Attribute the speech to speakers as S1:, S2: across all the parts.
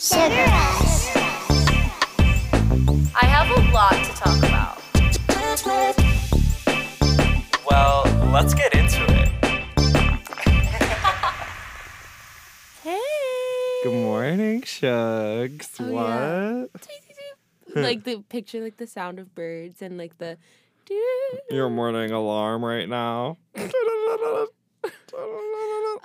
S1: Sugar Ash.
S2: I have a lot to talk about.
S3: Well, let's get into it. Good morning, Shugs.
S4: Oh, yeah.
S3: what?
S4: like the picture, like the sound of birds and like the. doo-
S3: Your morning alarm right now.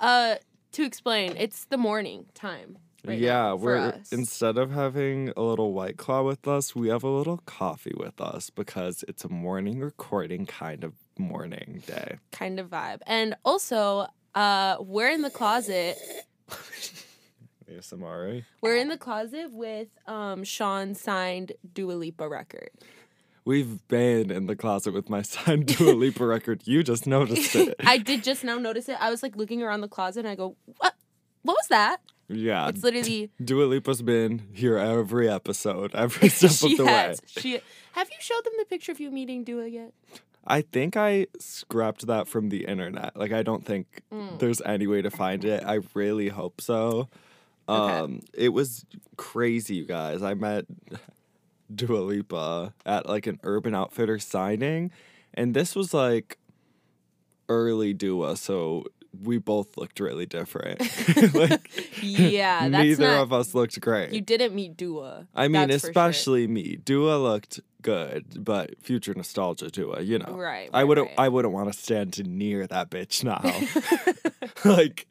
S4: Uh, to explain, it's the morning time. right now
S3: yeah,
S4: for
S3: we're
S4: us.
S3: instead of having a little white claw with us, we have a little coffee with us because it's a morning recording kind of morning day.
S4: kind of vibe, and also, uh, we're in the closet.
S3: There's Samari.
S4: We're in the closet with um Sean's signed Dua Lipa record.
S3: We've been in the closet with my son Dua Lipa record. You just noticed it.
S4: I did just now notice it. I was like looking around the closet, and I go, "What? What was that?"
S3: yeah.
S4: It's literally
S3: Dua Lipa's been here every episode, every step
S4: she
S3: of the
S4: has.
S3: way.
S4: She have you showed them the picture of you meeting Dua yet?
S3: I think I scrapped that from the internet. Like, I don't think
S4: Mm.
S3: there's any way to find it. I really hope so.
S4: Okay.
S3: Um, It was crazy, you guys. I met Dua Lipa at like an Urban Outfitter signing, and this was like early Dua, so we both looked really different. like,
S4: Yeah, that's
S3: neither
S4: not.
S3: of us looked great.
S4: you didn't meet Dua.
S3: I mean,
S4: that's for sure.
S3: especially me. Dua looked good, but future nostalgia Dua, you know.
S4: Right.
S3: I
S4: right,
S3: wouldn't
S4: right.
S3: I wouldn't want to stand near that bitch now. like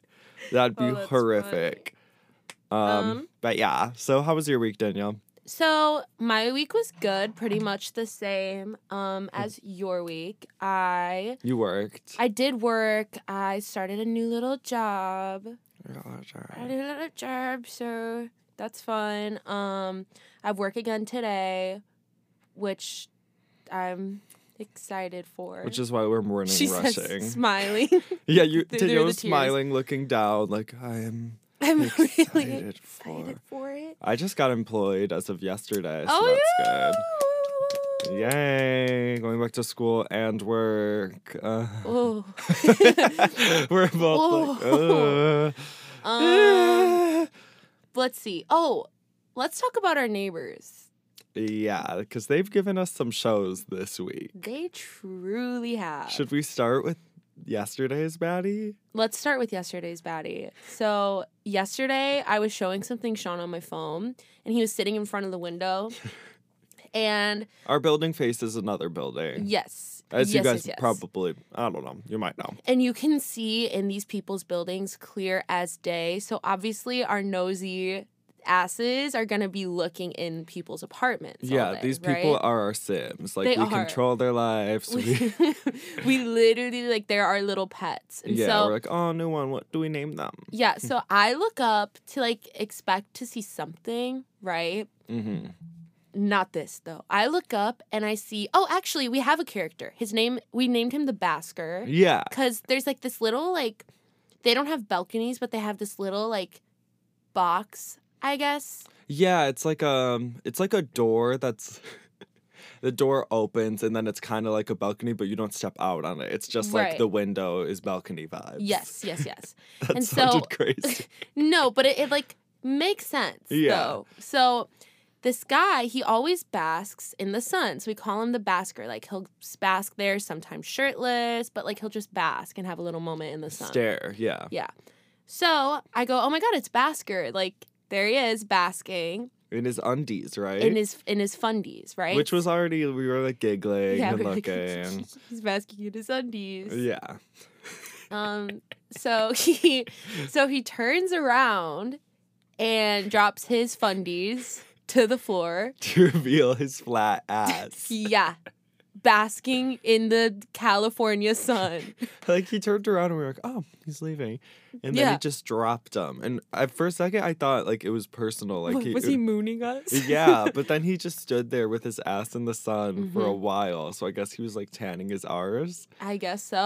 S3: that'd be
S4: Oh, that's
S3: horrific. Um,
S4: Um,
S3: but yeah. So how was your week, Danielle?
S4: So my week was good, pretty much the same um, as your week. I
S3: You worked.
S4: I did work. I started a new little job.
S3: Oh,
S4: I
S3: I,
S4: did a little job, so that's fun. Um, I work again today, which I'm excited for.
S3: which is why we're morning
S4: she
S3: rushing.
S4: says smiling.
S3: yeah, you
S4: through the
S3: Danielle was
S4: tears.
S3: smiling, looking down, like I am
S4: I'm really
S3: excited
S4: excited
S3: for.
S4: for it.
S3: I just got employed as of yesterday, so
S4: oh
S3: that's
S4: yeah!
S3: good. Yay! Going back to school and work. Uh,
S4: Oh.
S3: we're both like,
S4: Oh. um,
S3: uh,
S4: let's see. Oh, let's talk about our neighbors.
S3: yeah, because they've given us some shows this week.
S4: They truly have.
S3: Should we start with yesterday's baddie?
S4: Let's start with yesterday's baddie. So, yesterday I was showing something Sean on my phone, and he was sitting in front of the window. and
S3: Our building faces another building.
S4: yes,
S3: As
S4: yes,
S3: you guys
S4: yes, yes.
S3: probably, I don't know, you might know.
S4: And you can see in these people's buildings clear as day. So, obviously, our nosy asses are going to be looking in people's apartments. all
S3: yeah,
S4: day,
S3: these
S4: right?
S3: people are our Sims. Like
S4: They
S3: we
S4: are.
S3: control their lives. We,
S4: we, we literally like they're our little pets and
S3: yeah,
S4: so
S3: we're like, oh, new one. What do we name them?
S4: yeah so i look up to like expect to see something right
S3: Mm-hmm.
S4: not this though i look up and i see oh actually we have a character his name we named him the basker
S3: Yeah,
S4: because there's like this little like they don't have balconies but they have this little like box i guess
S3: Yeah, it's like um it's like a door that's the door opens and then it's kind of like a balcony but you don't step out on it. It's just like
S4: Right.
S3: the window is balcony vibes.
S4: yes yes yes
S3: That
S4: and
S3: sounded
S4: so-
S3: crazy.
S4: No, but it, it like makes sense
S3: Yeah.
S4: though. So this guy, he always basks in the sun. So we call him the basker. Like he'll s- bask there, sometimes shirtless, but like he'll just bask and have a little moment in the sun.
S3: Stare, yeah.
S4: So I go, oh my god, it's Basker. Like there he is basking
S3: In his undies, right?
S4: in his in his fundies, right?
S3: Which was already we were like giggling and
S4: we're like,
S3: looking.
S4: he's basking in his undies.
S3: yeah.
S4: Um, so he so he turns around and drops his fundies to the floor.
S3: To reveal his flat ass.
S4: Yeah. Basking in the California sun.
S3: like he turned around and we were like, oh, he's leaving. And then he
S4: Yeah.
S3: just dropped him. And at first second I thought like it was personal. Like
S4: What, was he mooning us?
S3: yeah, but then he just stood there with his ass in the sun for a
S4: Mm-hmm.
S3: while. So I guess he was like tanning his R's.
S4: I guess so.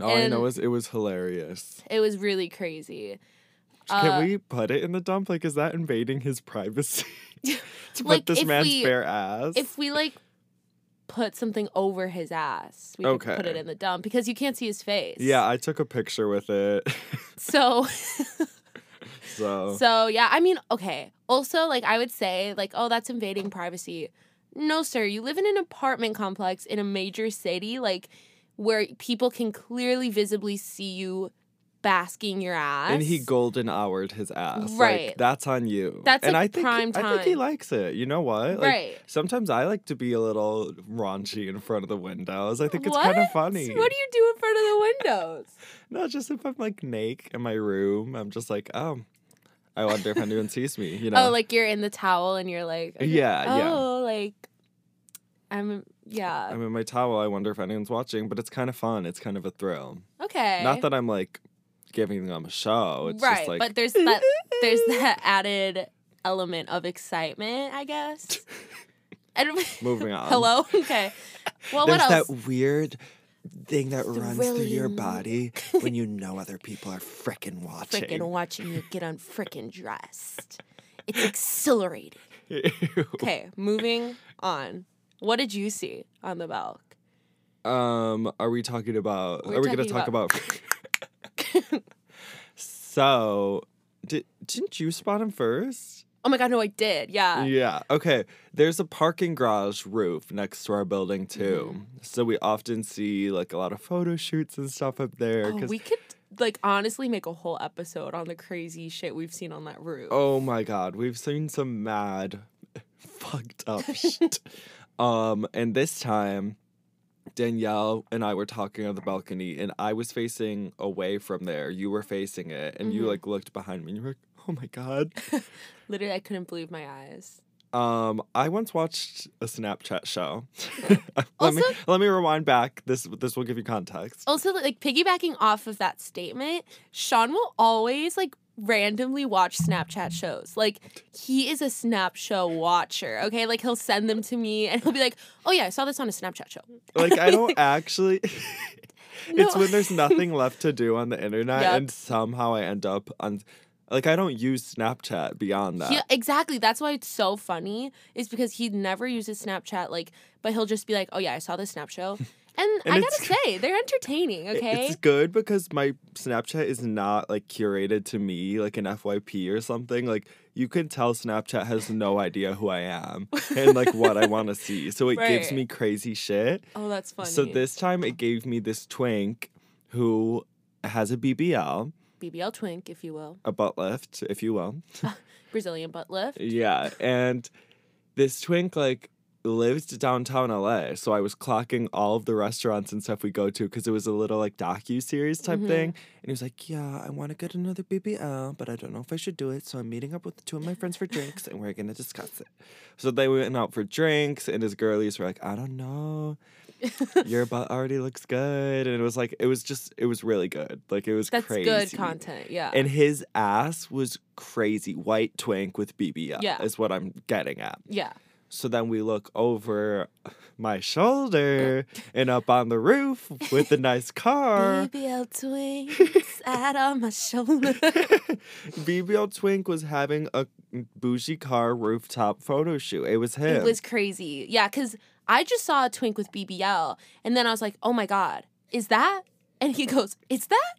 S3: All I know
S4: And-
S3: is it was hilarious.
S4: It was really crazy. Uh,
S3: Can we put it in the dump? Like, is that invading his privacy? to
S4: Like,
S3: put this
S4: if
S3: man's
S4: we-
S3: bare ass.
S4: If we like put something over his ass, we could put
S3: Okay.
S4: it in the dump because you can't see his face.
S3: yeah, I took a picture with it.
S4: So
S3: So,
S4: So yeah, I mean, okay. Also, like I would say, like, oh, that's invading privacy. No, sir, you live in an apartment complex in a major city, like where people can clearly visibly see you basking your ass.
S3: and he golden houred his ass. Like,
S4: Right.
S3: that's on you.
S4: That's,
S3: and
S4: like,
S3: I think
S4: prime
S3: I think he
S4: time.
S3: likes it. You know what? Like,
S4: Right.
S3: Sometimes I like to be a little raunchy in front of the windows. I think it's kind of
S4: What?
S3: funny.
S4: What do you do in front of the windows?
S3: No, just if I'm like naked in my room, I'm just like, um, I wonder if anyone sees me. You know?
S4: Oh, like you're in the towel and you're like,
S3: Yeah, yeah.
S4: oh, like I'm, yeah,
S3: I'm in my towel. I wonder if anyone's watching, but it's kind of fun. It's kind of a thrill.
S4: okay.
S3: Not that I'm like giving them a show. Oh, It's
S4: right,
S3: just like
S4: but there's that there's that added element of excitement, I guess. And
S3: Moving on.
S4: Hello. Okay. Well,
S3: there's
S4: what else?
S3: that weird thing that runs through your
S4: Thrilling.
S3: body when you know other people are freaking watching.
S4: Frickin' watching you get unfrickin' dressed. It's exhilarating. Okay, moving on. What did you see on the Belk?
S3: Um, are we talking about?
S4: We're
S3: are we going to
S4: talking
S3: talk about? so, did didn't you spot him first?
S4: Oh my god, no, I did. Yeah.
S3: yeah. Okay. There's a parking garage roof next to our building too,
S4: Mm-hmm.
S3: so we often see like a lot of photo shoots and stuff up there.
S4: Oh,
S3: 'cause-
S4: we could like honestly make a whole episode on the crazy shit we've seen on that roof.
S3: Oh my god, we've seen some mad fucked up shit. Um and this time Danielle and I were talking on the balcony and I was facing away from there. You were facing it and you
S4: Mhm.
S3: like looked behind me and you were like, "Oh my god."
S4: Literally, I couldn't believe my eyes.
S3: Um I once watched a Snapchat show. let me
S4: Also-
S3: let me rewind back. This this will give you context.
S4: Also, like piggybacking off of that statement, Sean will always like randomly watch Snapchat shows. Like he is a Snap show watcher. Okay, like he'll send them to me and he'll be like, "Oh yeah, I saw this on a Snapchat show."
S3: Like I don't actually It's
S4: No.
S3: when there's nothing left to do on the internet
S4: Yep.
S3: and somehow I end up on like I don't use Snapchat beyond that.
S4: Yeah, exactly. That's why it's so funny is because he never uses Snapchat. Like, but he'll just be like, "Oh yeah, I saw this Snap show," and, I gotta
S3: it's-
S4: say, they're entertaining.
S3: I-
S4: Okay,
S3: It's good because my Snapchat is not like curated to me like an FYP or something. Like you can tell Snapchat has no idea who I am and like what I want to see. So it gives
S4: Right.
S3: me crazy shit.
S4: oh that's funny.
S3: So this time it gave me this twink who has a BBL,
S4: BBL twink, if you will,
S3: a butt lift, if you will.
S4: Brazilian butt lift.
S3: Yeah, and this twink like lived downtown LA, so I was clocking all of the restaurants and stuff we go to because it was a little like docu series type
S4: Mhm.
S3: thing. And he was like, "Yeah, I want to get another BBL, but I don't know if I should do it, so I'm meeting up with two of my friends for drinks, and we're gonna discuss it." So they went out for drinks, and his girlies were like, "I don't know." Your butt already looks good, and it was like it was just it was really good. Like it was
S4: That's
S3: crazy.
S4: good content. Yeah.
S3: And his ass was crazy. White twink with BBL
S4: Yeah.
S3: is what I'm getting at.
S4: yeah.
S3: So then we look over my shoulder and up on the roof with the nice car.
S4: BBL twinks out on my shoulder.
S3: BBL twink was having a bougie car rooftop photo shoot. It was him.
S4: It was crazy. Yeah, because I just saw a twink with BBL, and then I was like, oh my God, is that? And he goes, it's that?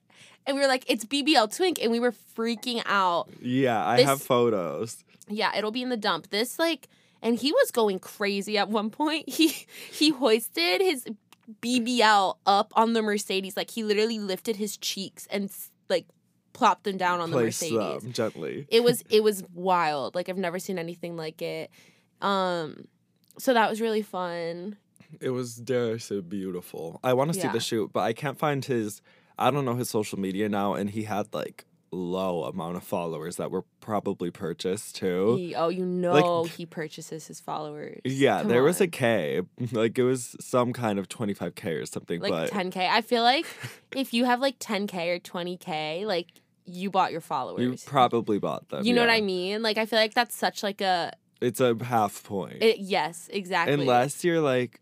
S4: And we were like, it's BBL twink. And we were freaking out.
S3: yeah, I
S4: this-
S3: have photos.
S4: Yeah, it'll be in the dump. This, like, and he was going crazy at one point. He he hoisted his BBL up on the Mercedes. Like, he literally lifted his cheeks and, like, plopped them down on the
S3: Place
S4: Mercedes.
S3: them gently.
S4: it was it was wild like i've never seen anything like it um so that was really fun
S3: It was dare I say beautiful. I want to see
S4: Yeah.
S3: the shoot, but I can't find his. I don't know his social media now, and he had like low amount of followers that were probably purchased too.
S4: He- oh you know he purchases his followers
S3: yeah,
S4: Come
S3: there was a
S4: on.
S3: K, like it was some kind of twenty five K or something.
S4: like
S3: but
S4: 10k i feel like if you have like 10k or 20k like you bought your
S3: you
S4: followers
S3: probably bought them.
S4: you know what
S3: yeah.
S4: i mean like i feel like that's such like a
S3: It's a half point,
S4: it, yes exactly
S3: Eh. unless you're like,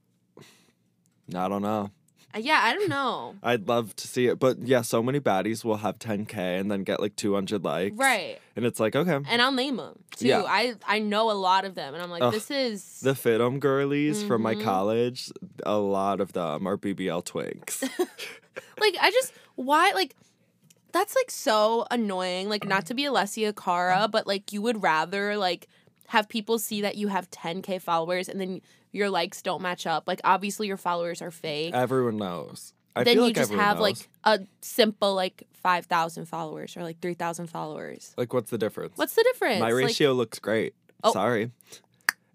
S3: I don't know.
S4: Uh, yeah i don't know
S3: I'd love to see it, but yeah, so many baddies will have ten K and then get like two hundred likes,
S4: right
S3: And it's like okay,
S4: and i'll name them too
S3: Yeah.
S4: i i know a lot of them and i'm like
S3: Ugh.
S4: this is
S3: The Fitum girlies from my
S4: Mhm.
S3: college, a lot of them are BBL twinks.
S4: Like I just why like That's like so annoying. Like not to be Alessia Cara, but like you would rather like have people see that you have 10k followers and then your likes don't match up. Like obviously your followers are fake.
S3: Everyone knows. I
S4: then
S3: feel
S4: you
S3: like
S4: just
S3: everyone
S4: have
S3: knows.
S4: like a simple like 5,000 followers or like 3,000 followers.
S3: Like, what's the difference?
S4: What's the difference?
S3: My
S4: Like-
S3: ratio looks great.
S4: Oh.
S3: Sorry.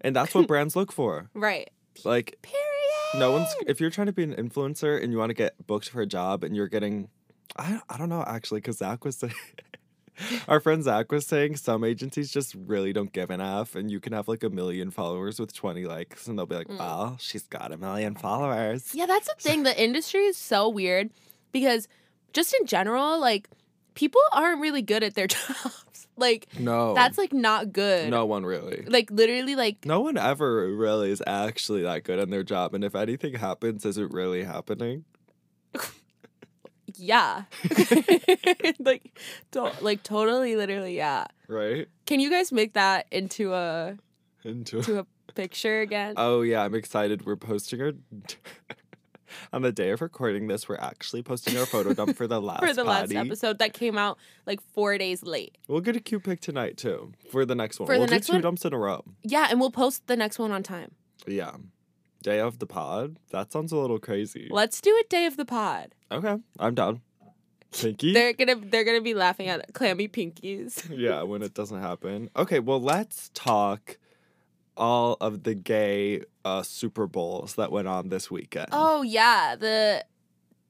S3: And that's what brands look for.
S4: right.
S3: Like
S4: Period.
S3: no one's if you're trying to be an influencer and you want to get booked for a job and you're getting I I don't know actually cuz Zach was saying our friend Zach was saying some agencies just really don't give an F and you can have like a million followers with 20 likes and they'll be like,
S4: Mm.
S3: "Oh, she's got a million followers."
S4: Yeah, that's the thing. The industry is so weird because just in general, like people aren't really good at their jobs. Like
S3: No.
S4: that's like not good.
S3: no one really.
S4: Like literally like
S3: No one ever really is actually that good in their job and if anything happens, is it really happening?
S4: yeah. like to- like totally literally yeah.
S3: Right?
S4: Can you guys make that into a
S3: Into
S4: to a picture again?
S3: Oh yeah, I'm excited. We're posting our on the day of recording this. We're actually posting our photo dump for the last
S4: for the last
S3: potty.
S4: episode that came out like 4 days late.
S3: We'll get a cute pic tonight too for the next one.
S4: For the
S3: we'll
S4: next
S3: do two
S4: one?
S3: dumps in a row.
S4: Yeah, and we'll post the next one on time.
S3: Yeah, day of the pod. That sounds a little crazy.
S4: Let's do a day of the pod.
S3: okay, I'm down. Pinky.
S4: They're gonna they're gonna be laughing at clammy pinkies.
S3: yeah, when it doesn't happen. Okay, well let's talk all of the gay uh, Super Bowls that went on this weekend.
S4: Oh yeah, the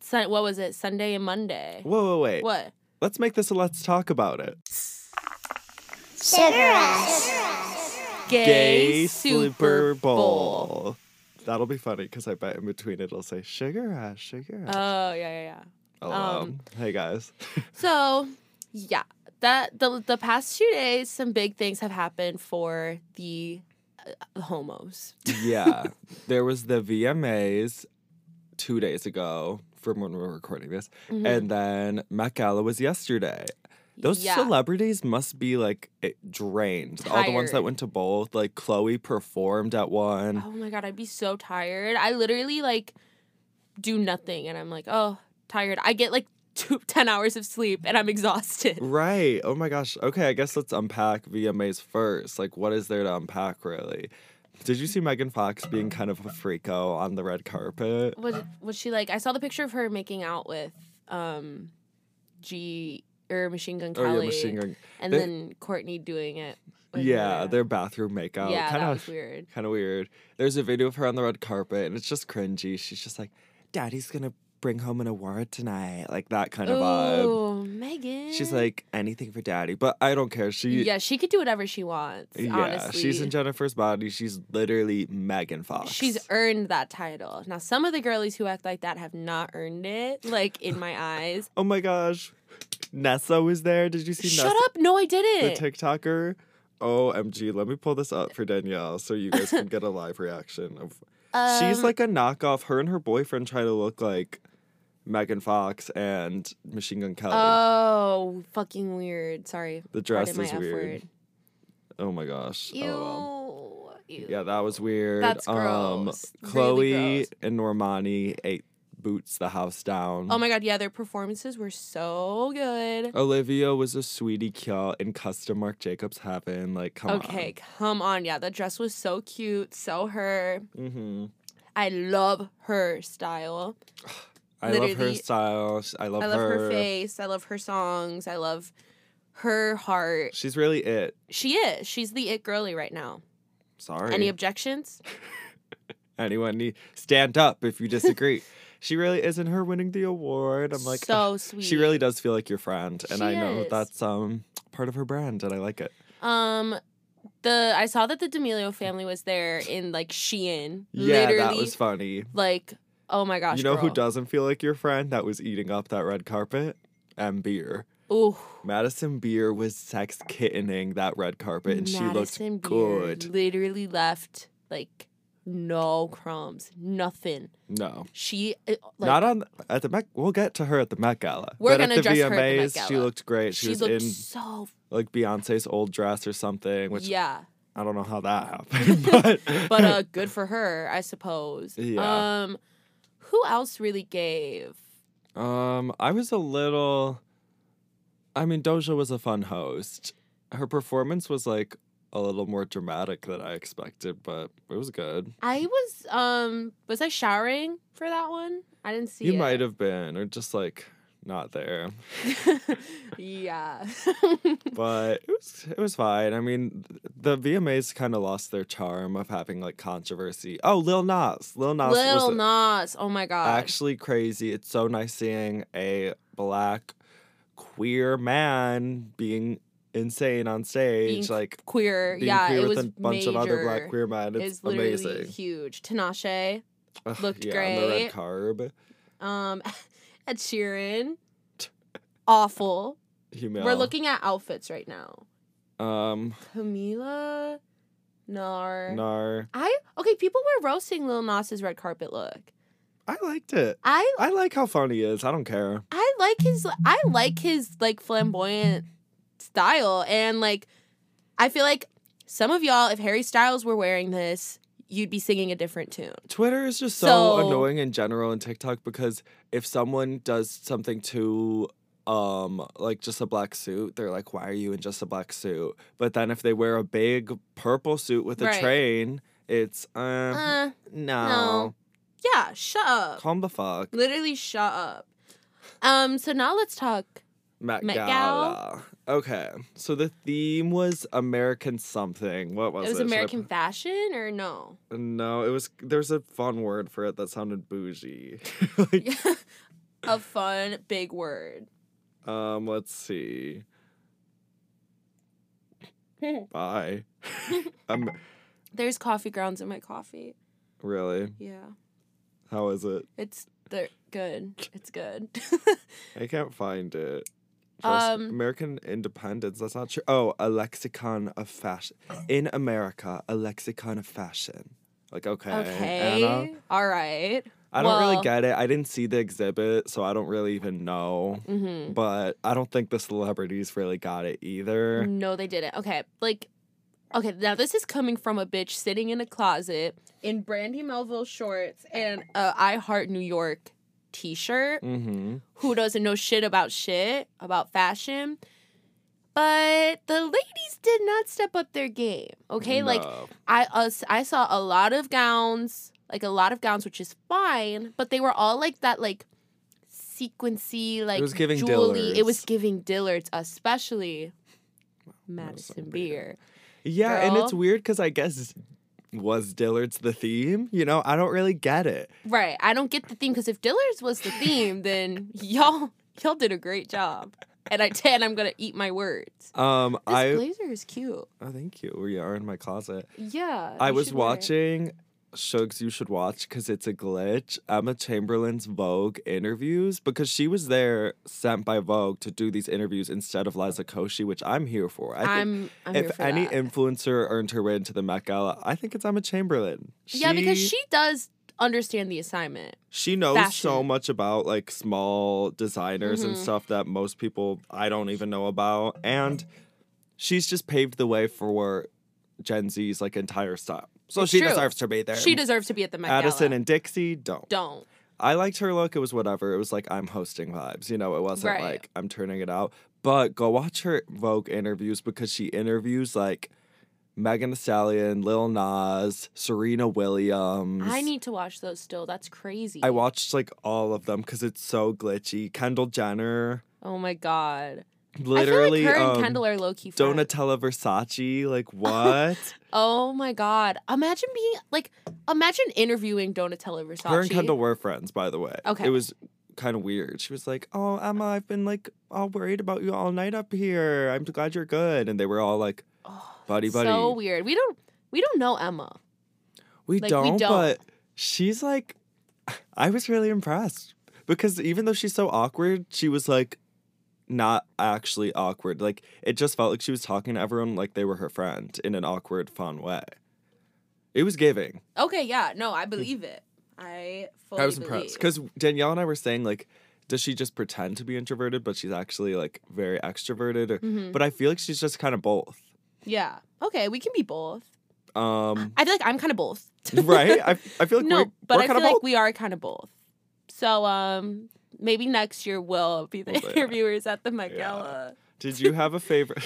S4: Sun. What was it? Sunday and Monday.
S3: Whoa, whoa, wait.
S4: What?
S3: Let's make this a let's talk about it.
S1: Sugar Rush.
S4: Gay,
S3: Gay
S4: Super
S3: Super Bowl. That'll be funny because I bet in between it'll say sugar rush, sugar rush.
S4: Oh yeah yeah yeah.
S3: LOL.
S4: um,
S3: hey guys.
S4: So yeah, that the the past two days, some big things have happened for the uh, homos.
S3: yeah, there was the VMAs two days ago from when we were recording this,
S4: Mhm.
S3: and then Met Gala was yesterday. Those
S4: yeah.
S3: celebrities must be like eh, drained. All the ones that
S4: Tired.
S3: went to both, like Chloe performed at one.
S4: Oh my god, I'd be so tired. I literally like do nothing, and I'm like, oh, tired. I get like two, 10 hours of sleep, and I'm exhausted.
S3: Right. Oh my gosh. Okay, I guess let's unpack VMAs first. Like, what is there to unpack, really? Did you see Megan Fox being kind of a freako on the red carpet?
S4: was was she like I saw the picture of her making out with um G or Machine Gun Kelly
S3: Oh, yeah, machine gun.
S4: and
S3: They-
S4: then Courtney doing it. with
S3: yeah,
S4: her.
S3: their bathroom makeout.
S4: yeah,
S3: kind
S4: that
S3: of
S4: was weird.
S3: kind of weird. There's a video of her on the red carpet, and it's just cringy. She's just like, "Daddy's gonna bring home an award tonight," like that kind of vibe.
S4: Oh, Megan.
S3: She's like, "Anything for daddy," but I don't care. She.
S4: yeah, she could do whatever she wants.
S3: Yeah,
S4: honestly,
S3: she's in Jennifer's body. She's literally Megan Fox.
S4: She's earned that title. Now, some of the girlies who act like that have not earned it. Like in my eyes.
S3: Oh my gosh. Nessa was there. Did you see
S4: Shut
S3: Nessa?
S4: up! No, I
S3: The
S4: didn't.
S3: TikToker. OMG. Let me pull this up for Danielle so you guys can get a live reaction of She's
S4: Um,
S3: like a knockoff. Her and her boyfriend try to look like Megan Fox and Machine Gun Kelly.
S4: Oh, fucking weird. Sorry.
S3: the dress
S4: pardon my
S3: is
S4: F
S3: weird.
S4: word.
S3: Oh my gosh.
S4: Ew.
S3: LOL.
S4: Ew.
S3: Yeah, that was weird.
S4: That's
S3: Um,
S4: gross. Really
S3: Chloe
S4: gross.
S3: and Normani ate boots the house down.
S4: Oh my god, yeah, their performances were so
S3: Oh,
S4: good.
S3: Olivia was a sweetie cute in custom Marc Jacobs heaven. Like, come
S4: okay, come on. Yeah, the dress was so cute, so her.
S3: on. Mm-hmm.
S4: I love her style.
S3: I love her
S4: Literally-
S3: style. Sh- I love,
S4: I love her.
S3: her.
S4: face. I love her songs. I love her heart.
S3: She's really it.
S4: She is. She's the it girly right now.
S3: Sorry.
S4: Any objections?
S3: Anyone need stand up if you disagree. she really is in her winning the award. I'm like "Ugh."
S4: so sweet.
S3: She really does feel like your friend, and
S4: She
S3: I know
S4: is.
S3: that's um part of her brand, and I like it.
S4: Um, the I saw that the D'Amelio family was there in like Shein.
S3: Yeah,
S4: Literally,
S3: that was funny.
S4: like oh my gosh.
S3: you know who
S4: girl.
S3: doesn't feel like your friend? That was eating up that red carpet. And beer.
S4: Ooh,
S3: Madison Beer was sex kittening that red carpet, and she
S4: Madison
S3: looked
S4: Beer
S3: good.
S4: Literally left like no crumbs, nothing.
S3: No,
S4: She uh, like,
S3: not on at the Met. We'll get to her at the Met Gala.
S4: We're
S3: but
S4: gonna
S3: at the
S4: dress her
S3: VMAs,
S4: at the Met
S3: she
S4: Gala.
S3: looked great. She,
S4: she
S3: was
S4: looked
S3: in
S4: so
S3: like Beyonce's old dress or something, which
S4: yeah,
S3: I don't know how that happened, but
S4: but uh, good for her, I suppose.
S3: Yeah.
S4: Um, who else really gave?
S3: um, I was a little I mean, Doja was a fun host. Her performance was like a little more dramatic than I expected, but it was good.
S4: I was um was I showering for that one? I didn't see
S3: you
S4: it.
S3: might have been, or just like not there.
S4: yeah.
S3: but it was it was fine. I mean, th- the VMAs kind of lost their charm of having like controversy. Oh, Lil Nas, Lil Nas
S4: Little
S3: was
S4: Nas. Oh my god.
S3: actually crazy. It's so nice seeing a black queer man being insane on stage,
S4: Being
S3: like
S4: queer.
S3: being
S4: yeah,
S3: queer
S4: it
S3: with
S4: was
S3: a bunch
S4: major.
S3: of other black queer men. It's
S4: is literally
S3: amazing.
S4: huge. Tinashe,
S3: Ugh,
S4: looked
S3: yeah, on the
S4: great.
S3: red carb,
S4: um, Ed Sheeran, awful.
S3: Humil.
S4: We're looking at outfits right now.
S3: Um,
S4: Camila, Nar.
S3: Nar,
S4: I okay. People were roasting Lil Nas's red carpet look.
S3: I liked it.
S4: I
S3: I like how funny he is. I don't care.
S4: I like his I like his like flamboyant style and like I feel like some of y'all if Harry Styles were wearing this you'd be singing a different tune.
S3: Twitter is just so,
S4: So-
S3: annoying in general and TikTok because if someone does something to um like just a black suit, they're like, Why are you in just a black suit? But then if they wear a big purple suit with a
S4: Right.
S3: train, it's uh,
S4: Uh,
S3: no.
S4: no. yeah, shut up.
S3: Calm the fuck.
S4: Literally shut up. Um so now let's talk.
S3: Met,
S4: Met
S3: Gala. Okay. So the theme was American something. What was
S4: it
S3: it?
S4: was
S3: Should I
S4: American fashion or no?
S3: put- no, it was there's a fun word for it that sounded bougie. like
S4: a fun big word.
S3: Um, let's see. Bye. um,
S4: There's coffee grounds in my coffee.
S3: really?
S4: Yeah.
S3: How is it?
S4: It's they're good. It's good.
S3: I can't find it. Just
S4: Um,
S3: American independence. That's not true. Oh, a lexicon of fashion in America. A lexicon of fashion. Like okay,
S4: okay.
S3: Anna.
S4: All right.
S3: I don't really
S4: Well-
S3: get it. I didn't see the exhibit, so I don't really even know.
S4: Mhm.
S3: But I don't think the celebrities really got it either.
S4: No, they didn't. Okay, like, okay, now this is coming from a bitch sitting in a closet in Brandy Melville shorts and a I Heart New York t shirt
S3: Mm-hmm.
S4: who doesn't know shit about shit, about fashion. But the ladies did not step up their game, okay? Like, I us I saw a lot of gowns, like a lot of gowns, which is fine, but they were all like that, like sequency, like
S3: was giving
S4: jewelry. It was
S3: Dillard's.
S4: giving Dillard's, especially Madison
S3: Madison
S4: Beer.
S3: Yeah, and it's
S4: girl.
S3: weird because I guess was Dillard's the theme? You know, I don't really get it.
S4: Right. I don't get the theme because if Dillard's was the theme, then y'all y'all did a great job, and I did. I'm gonna eat my words.
S3: Um,
S4: This
S3: I
S4: blazer is cute.
S3: oh, thank you. We are in my closet.
S4: Yeah.
S3: I
S4: you
S3: was
S4: should wear it.
S3: watching Shugs. You should watch because it's a glitch. Emma Chamberlain's Vogue interviews because she was there sent by Vogue to do these interviews instead of Liza Koshy, which I'm here for. I think
S4: I'm. I'm here
S3: if
S4: for
S3: any
S4: that.
S3: influencer earned her way into the Met Gala, I think it's Emma Chamberlain.
S4: yeah, because she does understand the assignment.
S3: she knows so
S4: fashion.
S3: much about like small designers and
S4: Mhm.
S3: stuff that most people I don't even know about and she's just paved the way for Gen Z's like entire style. So
S4: It's
S3: she
S4: true.
S3: deserves to be there.
S4: She deserves to be at the Met
S3: Addison
S4: Gala.
S3: and Dixie don't.
S4: don't.
S3: I liked her look. It was whatever. It was like I'm hosting vibes. You know, it wasn't
S4: Right.
S3: like I'm turning it out. But go watch her Vogue interviews because she interviews like Megan Thee Stallion, Lil Nas, Serena Williams.
S4: I need to watch those still. That's crazy.
S3: I watched like all of them because it's so glitchy. Kendall Jenner,
S4: Oh my god.
S3: literally,
S4: I feel like her
S3: um,
S4: and Kendall are low key friends.
S3: Donatella Versace. Like what?
S4: Oh my god. Imagine being like imagine interviewing Donatella Versace.
S3: her and Kendall were friends, by the way.
S4: Okay.
S3: it was kind of weird. She was like, "Oh, Emma, I've been like all worried about you all night up here. I'm glad you're good." And they were all like,
S4: Oh,
S3: "Buddy, buddy."
S4: So weird. We don't we don't know Emma.
S3: we,
S4: like, we
S3: don't,
S4: don't.
S3: But she's like, I was really impressed because even though she's so awkward, she was like. Not actually awkward. Like it just felt like she was talking to everyone like they were her friend in an awkward, fun way. It was giving.
S4: Okay, yeah. No, I believe it. I fully
S3: I was
S4: believe.
S3: impressed because Danielle and I were saying like, does she just pretend to be introverted, but she's actually like very extroverted? Or,
S4: Mhm.
S3: But I feel like she's just kind of both.
S4: Yeah. Okay, we can be both.
S3: Um,
S4: I feel like I'm kind of both.
S3: right? I, I feel like
S4: no,
S3: we're,
S4: but
S3: we're
S4: I
S3: kind
S4: feel
S3: of both.
S4: like we are kind of both. So um maybe next year we'll be the
S3: We'll be-
S4: interviewers at the Met
S3: Yeah.
S4: Gala.
S3: Did you have a favorite?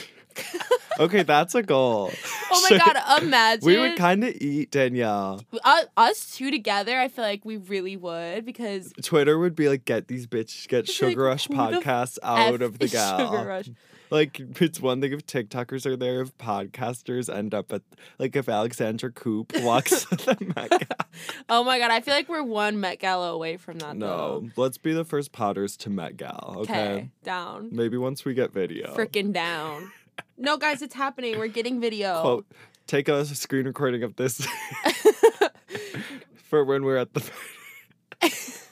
S3: okay, that's a goal.
S4: Oh my
S3: Should-
S4: god, imagine
S3: We would kind of eat Danielle.
S4: uh, us two together. I feel like we really would because
S3: Twitter would be like, "Get these bitch, get
S4: Like,
S3: Sugar Rush
S4: who the
S3: podcasts out
S4: F
S3: of the
S4: is
S3: gal."
S4: Sugar Rush.
S3: Like it's one thing if TikTokers are there, if podcasters end up at like if Alexandra Coop walks to the Met Gala.
S4: Oh my god, I feel like we're one Met Gala away from that. though.
S3: No, let's be the first Potters to Met Gal. Okay,
S4: okay, down,
S3: maybe once we get video.
S4: freaking down. No, guys, it's happening. We're getting video.
S3: Quote, take a screen recording of this for when we're at the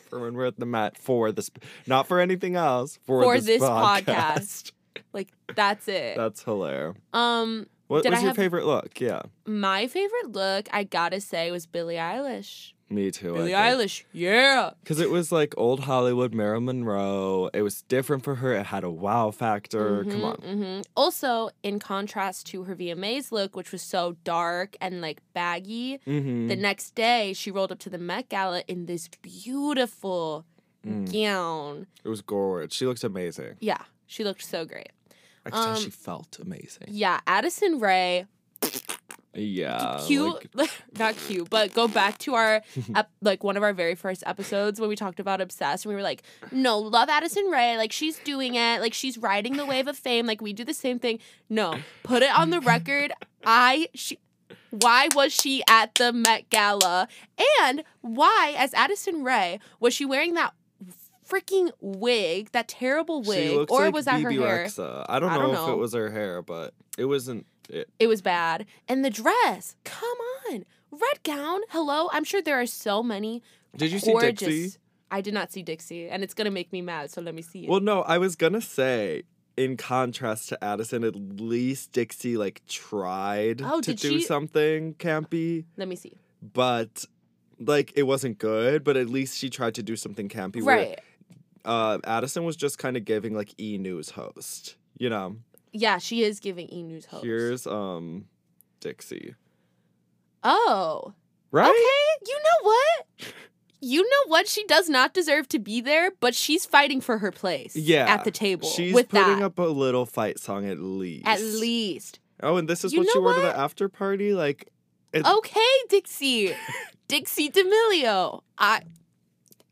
S3: for when we're at the Met for this, not for anything else. For,
S4: For
S3: this,
S4: this
S3: podcast.
S4: podcast. like that's it.
S3: That's hilarious.
S4: um,
S3: What
S4: Did I
S3: was your
S4: have-
S3: favorite look? Yeah.
S4: my favorite look, I gotta say, was Billie Eilish.
S3: Me too.
S4: Billie Eilish, yeah.
S3: Because it was like old Hollywood Marilyn Monroe. It was different for her. It had a wow factor. Come on.
S4: hmm Also, in contrast to her VMAs look, which was so dark and like baggy,
S3: Mm-hmm.
S4: the next day she rolled up to the Met Gala in this beautiful
S3: Mm.
S4: gown.
S3: It was gorgeous. She looks amazing.
S4: Yeah, she looked so great.
S3: I could tell
S4: Um,
S3: she felt amazing.
S4: Yeah, Addison Ray,
S3: Yeah. like-
S4: cute, not cute, but go back to our ep- like one of our very first episodes when we talked about obsessed, and we were like, no, love Addison Ray, like she's doing it, like she's riding the wave of fame, like we do the same thing. No, put it on the record. I she. Why was she at the Met Gala? And why, as Addison Ray, was she wearing that freaking wig, that terrible wig?
S3: she looks
S4: or
S3: like
S4: was that her
S3: Bebe
S4: hair?
S3: Rexha. I don't know
S4: I don't
S3: if it
S4: know.
S3: was her hair, but it wasn't. It.
S4: It was bad. And the dress, come on. Red gown, hello. I'm sure there are so many
S3: Did you see
S4: gorgeous.
S3: Dixie?
S4: I did not see Dixie, and it's gonna make me mad, so let me see it.
S3: Well, no, I was gonna say. In contrast to Addison, at least Dixie like tried
S4: Oh,
S3: to
S4: did
S3: do
S4: she-
S3: something campy.
S4: let me see.
S3: but like it wasn't good but at least she tried to do something campy where,
S4: Right.
S3: uh, addison was just kind of giving like e-news host you know
S4: Yeah, she is giving E News host.
S3: here's um dixie
S4: oh.
S3: right
S4: Okay. You know what? You know what? She does not deserve to be there, but she's fighting for her place
S3: Yeah,
S4: at the table.
S3: she's
S4: with
S3: putting
S4: that.
S3: up a little fight song at least
S4: at least.
S3: oh and this is
S4: You
S3: what she
S4: know
S3: wore to
S4: what?
S3: the after party like It-
S4: Okay, Dixie. Dixie D'Amelio. I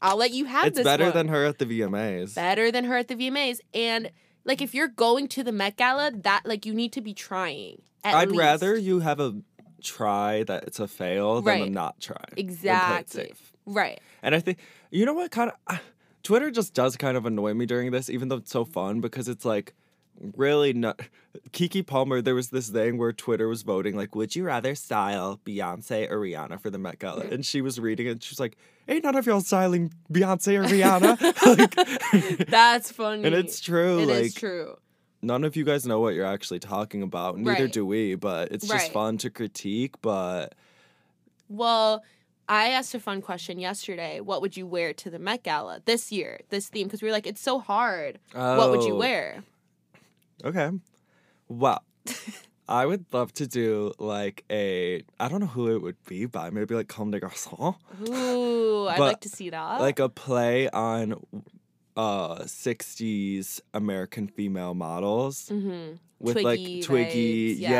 S4: I'll let you have
S3: it's
S4: this.
S3: better
S4: one.
S3: than her at the vmas
S4: better than her at the VMAs. And like if you're going to the Met Gala, that like you need to be trying. at
S3: i'd
S4: least.
S3: rather you have a try that it's a fail than a
S4: Right.
S3: not try and play it
S4: Exactly.
S3: safe.
S4: Right.
S3: And I think you know what kind of uh, Twitter just does kind of annoy me during this, even though it's so fun because it's like really not Kiki Palmer. There was this thing where Twitter was voting like, would you rather style Beyonce or Rihanna for the Met Gala?
S4: Mm-hmm.
S3: And she was reading it, and she's like, ain't none of y'all styling Beyonce or Rihanna. Like,
S4: That's funny.
S3: and it's true.
S4: It is
S3: like
S4: true.
S3: none of you guys know what you're actually talking about. Neither
S4: Right.
S3: do we. But it's just
S4: Right.
S3: fun to critique. But
S4: Well, I asked a fun question yesterday. What would you wear to the Met Gala this year, this theme? Because we were like, it's so hard. What would you
S3: Oh.
S4: wear?
S3: Okay. Well, I would love to do like a I don't know who it would be by maybe like Comme des Garçons,
S4: Ooh, I'd
S3: But,
S4: like to see that.
S3: like a play on uh 60s American female models
S4: mm-hmm.
S3: with
S4: Twiggy
S3: like twiggy
S4: vibes,
S3: yeah.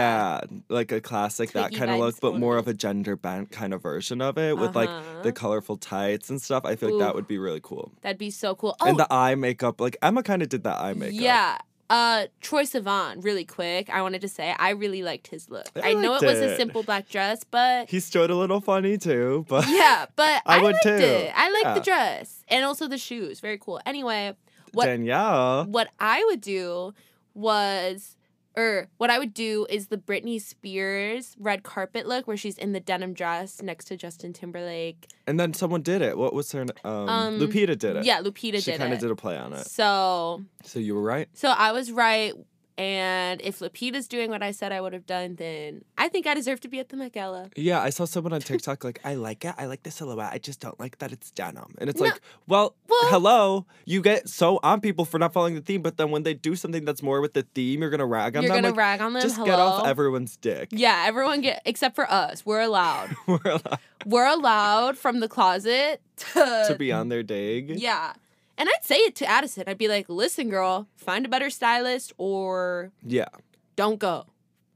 S4: yeah.
S3: like a classic that
S4: Twiggy
S3: kind of look
S4: vibes
S3: but more
S4: only.
S3: of a gender bent kind of version of it with like the
S4: Uh-huh.
S3: colorful tights and stuff. I feel like that
S4: Ooh.
S3: would be really cool.
S4: That'd be so cool. Oh,
S3: And the eye makeup like Emma kind of did that eye makeup.
S4: Yeah. Uh, Troy Sivan, really quick. I wanted to say I really liked his look.
S3: I
S4: I, know
S3: liked
S4: it was
S3: it.
S4: a simple black dress, but
S3: He stood a little funny too, but
S4: yeah, but
S3: I
S4: I,
S3: would
S4: liked
S3: too.
S4: it. I liked
S3: Yeah.
S4: the dress and also the shoes. Very cool. Anyway, what
S3: Danielle
S4: what I would do was or what I would do is the Britney Spears red carpet look where she's in the denim dress next to Justin Timberlake.
S3: And then someone did it. What was her n- um,
S4: Um,
S3: Lupita did it.
S4: Yeah, Lupita
S3: she
S4: did
S3: kind of
S4: it.
S3: did a play on it.
S4: so
S3: So you were right.
S4: So I was right. And if Lupita's doing what I said I would have done, then I think I deserve to be at the Met Gala.
S3: Yeah, I saw someone on TikTok like, I like it. I like the silhouette. I just don't like that it's denim. And it's
S4: No.
S3: like, well,
S4: Well-
S3: hello. You get so on people for not following the theme, but then when they do something that's more with the theme, you're gonna rag on
S4: You're
S3: them.
S4: gonna
S3: Like,
S4: rag on them.
S3: just
S4: Hello?
S3: get off everyone's dick.
S4: yeah, everyone get except for us. We're allowed.
S3: We're allowed
S4: We're allowed from the closet to,
S3: to be on their dig.
S4: Yeah, and And I'd say it to Addison. I'd be like, listen, girl, find a better stylist or
S3: Yeah.
S4: don't go.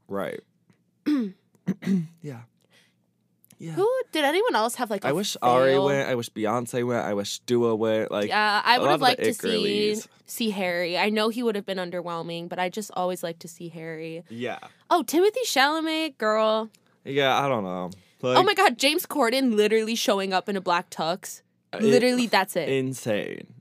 S3: Right. yeah. Yeah.
S4: Who did anyone else have like? I
S3: I wish Ari went. I wish Beyonce went. I wish Dua went. Like,
S4: Yeah, I
S3: a
S4: would
S3: lot
S4: have
S3: of the
S4: liked to
S3: it
S4: see
S3: girlies.
S4: see Harry. I know he would have been underwhelming, but I just always like to see Harry.
S3: yeah.
S4: Oh, Timothy Chalamet, girl.
S3: Yeah, I don't know. Like,
S4: oh my God, James Corden literally showing up in a black tux.
S3: Uh, it-
S4: Literally, that's it.
S3: insane.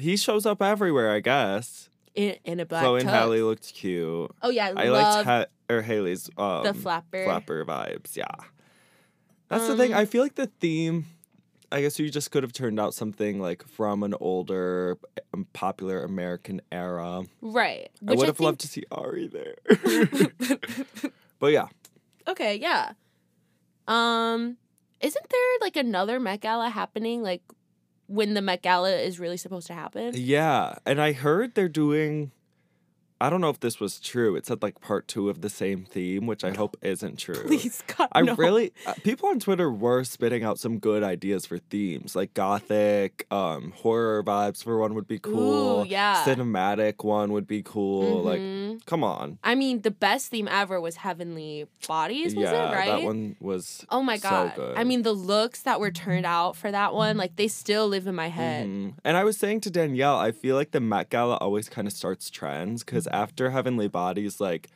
S3: He shows up everywhere, I guess.
S4: in, in a black
S3: Chloe and
S4: tux.
S3: Haley looked cute.
S4: Oh yeah, I,
S3: I
S4: love
S3: liked ha- or Haley's um,
S4: the flapper.
S3: flapper vibes. Yeah, that's the thing.
S4: Um,
S3: I feel like the theme. I guess you just could have turned out something like from an older, um, popular American era.
S4: Right.
S3: I
S4: Which
S3: would have loved to see Ari there. but yeah,
S4: Okay, yeah. Um, isn't there like another Met Gala happening? Like when the Met Gala is really supposed to happen?
S3: yeah, and I heard they're doing. I don't know if this was true. It said like part two of the same theme, which I hope isn't true.
S4: Please God,
S3: I
S4: no.
S3: really uh, people on Twitter were spitting out some good ideas for themes, like gothic, um, horror vibes for one would be cool.
S4: Ooh, yeah.
S3: Cinematic one would be cool. Like,
S4: Mhm.
S3: come on.
S4: I mean, the best theme ever was Heavenly Bodies, was
S3: yeah,
S4: it right?
S3: that one was
S4: Oh my
S3: so
S4: god!
S3: good.
S4: I mean, the looks that were turned out for that one, like they still live in my head.
S3: Mhm. And I was saying to Danielle, I feel like the Met Gala always kind of starts trends because
S4: Mm-hmm.
S3: after Heavenly Bodies, like,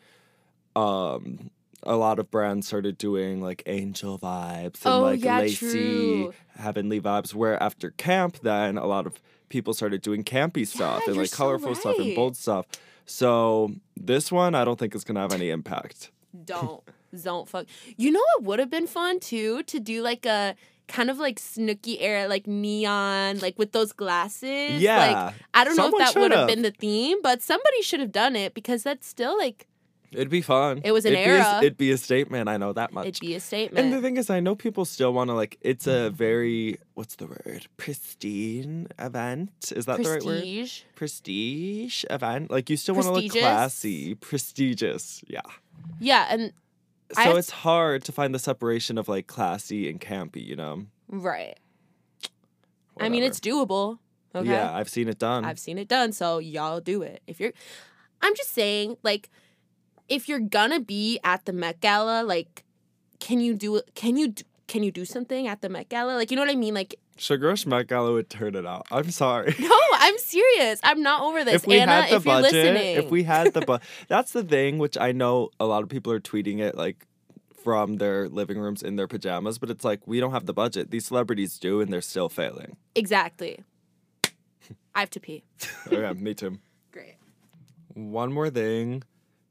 S3: um, a lot of brands started doing like angel vibes and
S4: Oh,
S3: like
S4: yeah,
S3: lacy
S4: true.
S3: heavenly vibes. Where after camp, then a lot of people started doing campy stuff and
S4: you're
S3: like
S4: so
S3: colorful stuff and
S4: right.
S3: bold stuff. So this one, I don't think is gonna have any impact.
S4: Don't, don't fuck. You know what would have been fun too to do like a kind of like Snooki era, like neon, like with those glasses. like,
S3: yeah,
S4: I don't
S3: Someone
S4: know if that
S3: should
S4: would have
S3: have.
S4: been the theme, but somebody should have done it because that's still like
S3: it'd be fun.
S4: It was an
S3: it'd be a s-
S4: era.
S3: it'd be a statement. I know that much.
S4: it'd be a
S3: And the
S4: statement.
S3: thing is, I know people still want to like. It's
S4: Mm-hmm.
S3: a very what's the word? Pristine event. Is that the right word?
S4: Prestige.
S3: Prestige event. Like you still want to look
S4: Prestigious?
S3: classy, prestigious. Yeah.
S4: Yeah, and I
S3: So
S4: have-
S3: it's hard to find the separation of like classy and campy. You know.
S4: right. I mean,
S3: Whatever.
S4: it's doable. Okay.
S3: Yeah, I've seen it done.
S4: I've seen it done, so y'all do it. If you're I'm just saying, like, if you're gonna be at the Met Gala, like, can you do can you do can you do something at the Met Gala? Like, you know what I mean? Like,
S3: Sugar Rush Met Gala would turn it out. I'm sorry.
S4: no, I'm serious. I'm not over this.
S3: if we
S4: Anna,
S3: had the
S4: if you're
S3: budget,
S4: listening.
S3: if we had the budget, that's the thing. Which I know a lot of people are tweeting it like from their living rooms in their pajamas, but it's like we don't have the budget. These celebrities do, and they're still failing.
S4: Exactly. I have to pee.
S3: okay, Oh, me too.
S4: Great.
S3: One more thing,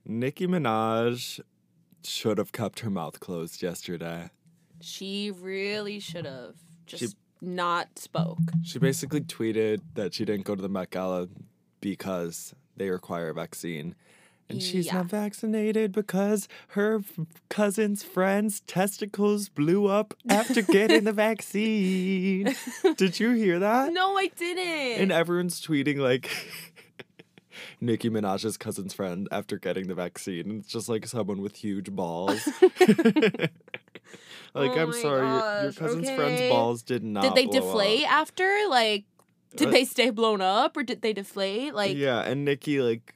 S3: Nicki Minaj should have kept her mouth closed yesterday.
S4: She really should have just
S3: She-
S4: not spoke.
S3: She basically tweeted that she didn't go to the Met Gala because they require a vaccine. And she's
S4: Yeah.
S3: not vaccinated because her f- cousin's friend's testicles blew up after getting the vaccine. Did you hear that?
S4: No, I
S3: And
S4: didn't.
S3: everyone's tweeting like Nicki Minaj's cousin's friend after getting the vaccine. It's just like someone with huge balls. like
S4: Oh
S3: I'm
S4: my
S3: sorry, your, your
S4: gosh,
S3: cousin's friend's
S4: okay.
S3: balls did not.
S4: Did they
S3: blow up.
S4: deflate after? Like, did
S3: Uh,
S4: they stay blown up or did they deflate? Like,
S3: yeah, and Nikki like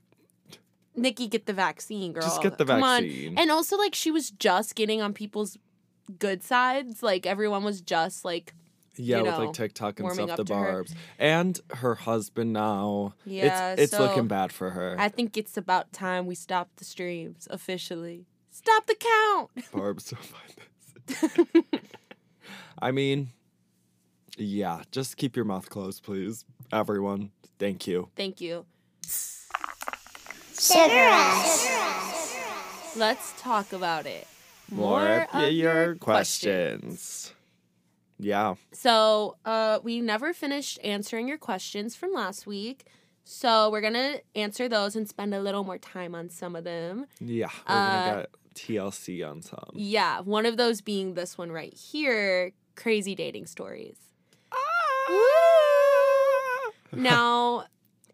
S4: Nikki, get the vaccine, girl.
S3: just get the
S4: Come on.
S3: vaccine.
S4: And also, like, she was just getting on people's good sides. Like, everyone was just like,
S3: yeah,
S4: you
S3: with
S4: know,
S3: like TikTok and
S4: warming
S3: stuff,
S4: up
S3: the
S4: to her.
S3: barbs and her husband now.
S4: yeah.
S3: it's it's
S4: so
S3: looking bad for her.
S4: I think it's about time we stop the streams officially. Stop the count.
S3: Barb's so find this. I mean, yeah, just keep your mouth closed, please, everyone. Thank you.
S4: Thank you.
S2: Sugar Rush.
S4: Let's talk about it. of
S3: Yeah.
S4: So, uh, we never finished answering your questions from last week. So, we're going to answer those and spend a little more time on some of them.
S3: Yeah. We're gonna
S4: Uh,
S3: get TLC on some.
S4: Yeah, one of those being this one right here crazy dating stories. now,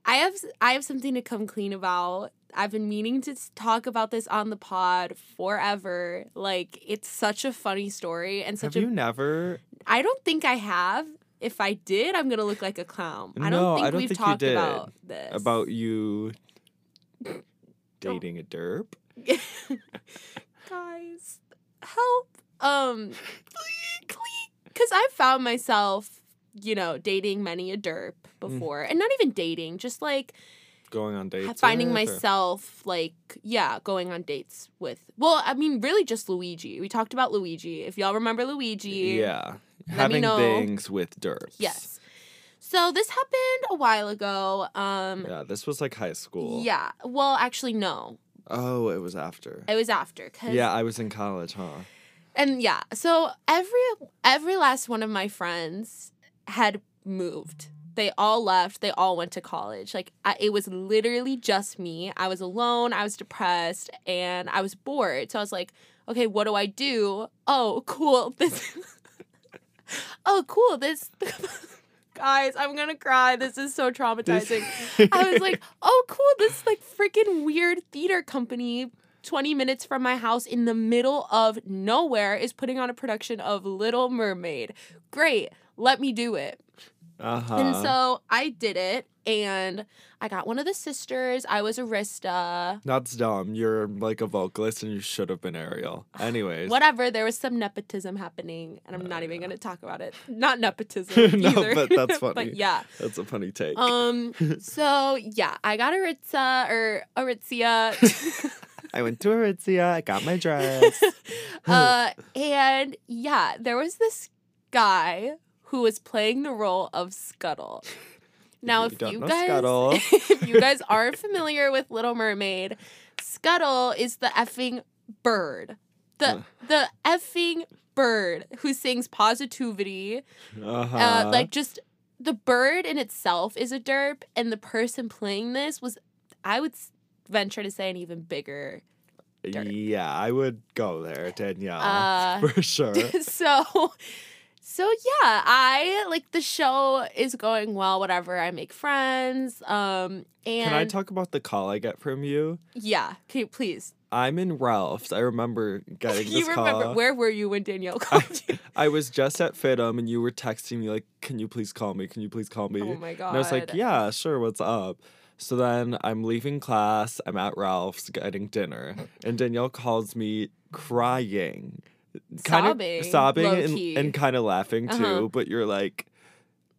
S4: I have I have something to come clean about. I've been meaning to s- talk about this on the pod forever. Like it's such a funny story and such
S3: Have
S4: a
S3: you never
S4: I don't think I have, If I did, I'm gonna look like a clown. I
S3: No,
S4: don't think
S3: I don't
S4: we've
S3: think you
S4: talked
S3: did.
S4: about this.
S3: about you dating a derp.
S4: guys, help. Um, because I found myself, you know, dating many a derp
S3: Mm.
S4: before, and not even dating, just like
S3: Going on
S4: ha-
S3: dates.
S4: finding
S3: with, or-
S4: myself like yeah going on dates with well i mean really just luigi we talked about luigi if y'all remember luigi
S3: Yeah.
S4: me
S3: Having
S4: know.
S3: things with derps.
S4: yes so this happened a while ago um
S3: Yeah, this was like high school.
S4: yeah well actually no
S3: Oh, it was after.
S4: it was after 'cause-
S3: Yeah, I was in college, huh?
S4: and yeah so every every last one of my friends had moved they all left they all went to college like I, it was literally just me i was alone i was depressed and i was bored so i was like okay what do i do oh cool this oh cool this guys i'm gonna cry this is so traumatizing I was like, oh, cool, this like freaking weird theater company 20 minutes from my house in the middle of nowhere is putting on a production of Little Mermaid. Great, let me do it.
S3: uh-huh.
S4: And so I did it and I got one of the sisters. I was Arista.
S3: That's dumb. You're like a vocalist and you should have been Ariel. Anyways.
S4: Whatever, there was some nepotism happening, and I'm not even gonna talk about it. Not nepotism.
S3: Uh. No,
S4: either.
S3: but that's funny.
S4: but yeah.
S3: That's a funny take.
S4: Um so yeah, I got Aritza or Aritzia.
S3: I went to Aritzia. I got my dress.
S4: uh, and yeah, there was this guy who was playing the role of Scuttle. Now,
S3: If
S4: if
S3: you
S4: you,
S3: don't know
S4: guys,
S3: Scuttle.
S4: if you guys aren't familiar with Little Mermaid, Scuttle is the effing bird, the the effing bird who sings positivity.
S3: Uh-huh.
S4: Uh, like just the bird in itself is a derp, and the person playing this was, I would s- venture to say, an even bigger dirt.
S3: Yeah, I would go there, Danielle.
S4: Uh,
S3: for sure.
S4: so so yeah i like the show is going well whatever i make friends um and
S3: Can I talk about the call I get from you?
S4: yeah can you please
S3: I'm in Ralph's. I remember getting this
S4: you remember
S3: call.
S4: where were you when danielle called you
S3: I was just at Fitum and you were texting me like, "Can you please call me? Can you please call me?"
S4: oh my god
S3: And I was like, yeah, sure, what's up? So then I'm leaving class, I'm at Ralph's getting dinner, and Danielle calls me crying.
S4: Sobbing,
S3: Of, sobbing
S4: low-key.
S3: and, and kind of laughing too,
S4: Uh-huh.
S3: but you're like,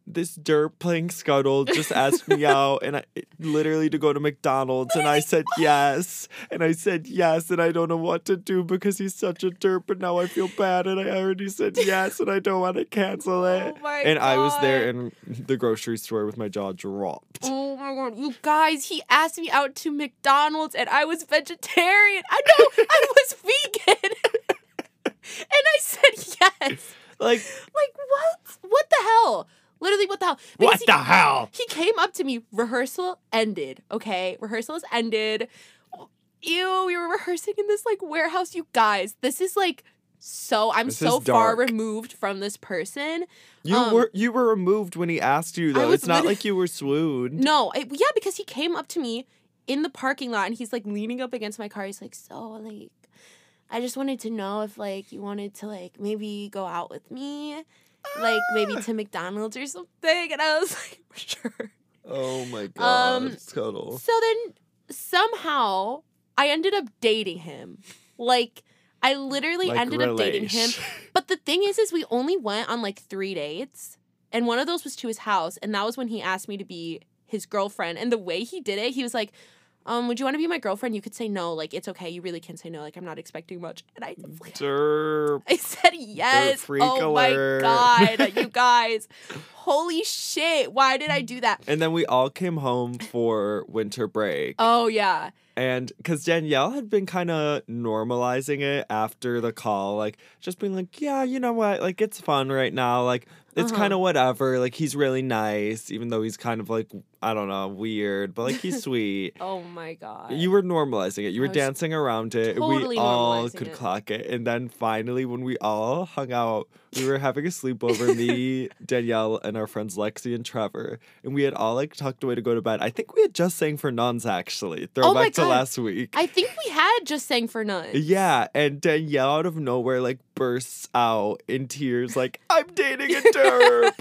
S3: this derp playing Scuttle just asked me out, and I literally to go to McDonald's, and I said yes, and I said yes, and I don't know what to do because he's such a derp, and now I feel bad, and I already said yes, and I don't want to cancel it.
S4: Oh my
S3: and I was there
S4: God.
S3: in the grocery store with my jaw dropped.
S4: Oh my god, you guys, he asked me out to McDonald's and I was vegetarian. I know, I was vegan. and I said yes.
S3: Like,
S4: Like what? What the hell? Literally, what the hell? Because
S3: What the hell?
S4: He came up to me. Rehearsal ended. Okay, rehearsal is ended. Ew, we were rehearsing in this like warehouse. You guys, this is like so. I'm
S3: This
S4: so
S3: is
S4: far
S3: dark.
S4: removed from this person.
S3: you
S4: Um,
S3: were you were removed when he asked you though.
S4: was
S3: It's not
S4: lit-
S3: like you were swooned.
S4: No, I, yeah, because he came up to me in the parking lot and he's like leaning up against my car. He's like, so like, I just wanted to know if like you wanted to like maybe go out with me, like maybe to McDonald's or something. And I was like, sure.
S3: Oh my god,
S4: Um,
S3: Scuttle.
S4: So then somehow I ended up dating him. Like I literally ended up dating him.
S3: relish.
S4: But the thing is, is we only went on like three dates, and one of those was to his house, and that was when he asked me to be his girlfriend. And the way he did it, he was like, "Um, would you want to be my girlfriend? You could say no. Like it's okay. You really can say no. Like I'm not expecting much." And I,
S3: Derp.
S4: I said yes.
S3: Mm. freak
S4: Oh my
S3: alert.
S4: god, you guys! Holy shit! Why did I do that?
S3: And then we all came home for winter break.
S4: Oh yeah.
S3: And because Danielle had been kind of normalizing it after the call, like just being like, yeah, you know what? Like, it's fun right now. Like, it's
S4: Uh-huh.
S3: kind of whatever. Like, he's really nice, even though he's kind of like, I don't know, weird, but like, he's sweet.
S4: Oh my god.
S3: You were normalizing it. You were
S4: I was
S3: dancing around it. we
S4: totally
S3: all
S4: normalizing
S3: could
S4: it.
S3: clock it. And then finally, when we all hung out, we were having a sleepover. me, Danielle, and our friends Lexi and Trevor, and we had all like tucked away to go to bed. I think we had just sang for nuns actually.
S4: Oh my
S3: Throwback to
S4: God.
S3: last week.
S4: I think we had just sang for nuns.
S3: yeah, and Danielle out of nowhere like bursts out in tears, like, I'm dating a derp.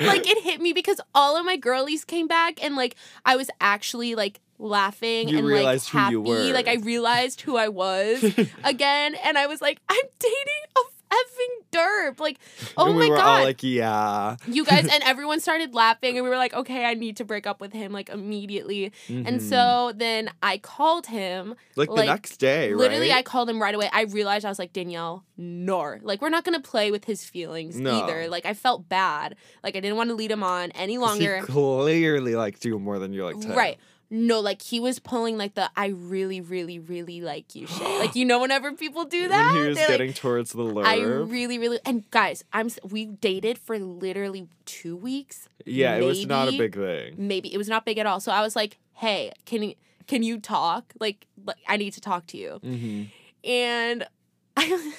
S4: like it hit me because all of my girlies came back and like I was actually like laughing
S3: You
S4: and like
S3: realized who
S4: happy.
S3: you were.
S4: Like I realized who I was again and I was like, I'm dating a effing derp. Like, oh
S3: and
S4: my
S3: we were
S4: god.
S3: all like, yeah.
S4: you guys and everyone started laughing and we were like, okay, I need to break up with him like immediately. And
S3: Mhm.
S4: so then I called him.
S3: Mm-hmm. like,
S4: like,
S3: the next day,
S4: Literally, I
S3: right?
S4: called him right away. I realized I was like, Danielle, nor. Like, we're not going to play with his feelings
S3: No.
S4: either. Like, I felt bad. Like, I didn't want to lead him on any
S3: 'Cause
S4: longer.
S3: He clearly liked you more than you liked him.
S4: Right. No, like, he was pulling, like, the I really, really, really like you shit. Like, you know, whenever people do that,
S3: when he was
S4: they're like,
S3: getting towards the lure.
S4: I really, really. And guys, I'm s- we dated for literally two weeks.
S3: yeah, it was not a
S4: maybe-
S3: big thing.
S4: Maybe it was not big at all. So I was like, hey, can you. Can you talk? Like, like, I need to talk to you.
S3: Mm-hmm.
S4: and I,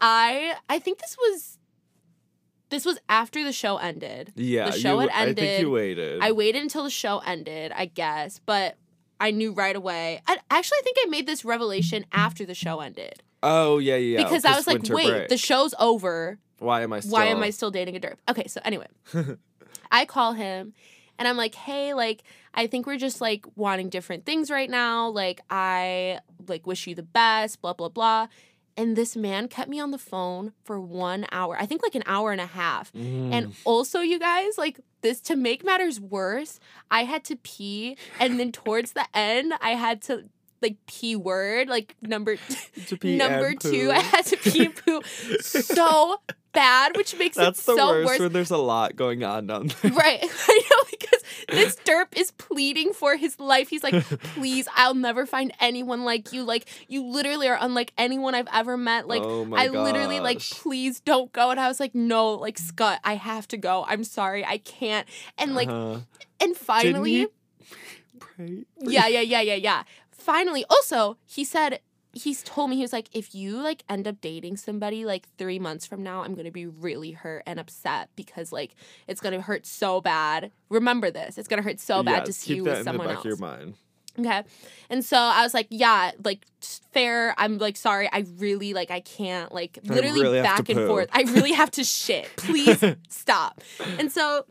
S4: I I think this was this was after the show ended.
S3: Yeah,
S4: The show
S3: you,
S4: had
S3: I think
S4: ended.
S3: you waited.
S4: I waited until the show ended, I guess, but I knew right away. I actually I think I made this revelation after the show ended
S3: oh yeah, yeah. yeah,
S4: because I
S3: this
S4: was like,
S3: winter
S4: wait,
S3: break.
S4: the show's over.
S3: why am I? Still...
S4: Why am I still dating a derp? Okay, so anyway, I call him and I'm like, hey, like, I think we're just like wanting different things right now. Like, I like wish you the best, blah, blah, blah. And this man kept me on the phone for one hour, I think like an hour and a half.
S3: Mm.
S4: And also, you guys, like this to make matters worse, I had to pee. And then towards the end, I had to like P word, like number
S3: To pee
S4: number
S3: and
S4: two,
S3: poo.
S4: I had to pee and poo so bad, which makes
S3: That's
S4: it
S3: the
S4: so
S3: worst
S4: worse.
S3: when there's a lot going on down there.
S4: Right. I know because this derp is pleading for his life. He's like, please, I'll never find anyone like you. Like, you literally are unlike anyone I've ever met. Like,
S3: oh my
S4: I literally like,
S3: gosh.
S4: please don't go. And I was like, no, like Scott, I have to go. I'm sorry, I can't. And like,
S3: Uh-huh.
S4: and
S3: Didn't
S4: finally,
S3: he pray?
S4: yeah, yeah, yeah, yeah, yeah. Finally, also, he said he's told me he was like, if you like end up dating somebody like three months from now, I'm gonna be really hurt and upset because like it's gonna hurt so bad. Remember this, it's gonna hurt so bad to
S3: Yes,
S4: see
S3: keep
S4: you
S3: that
S4: with
S3: in
S4: someone
S3: the back
S4: else.
S3: Of your mind.
S4: Okay. And so I was like, yeah, like s- fair. I'm like sorry. I really like I can't like
S3: I
S4: literally
S3: really have to
S4: back and
S3: poo.
S4: forth. I really have to shit. Please stop. And so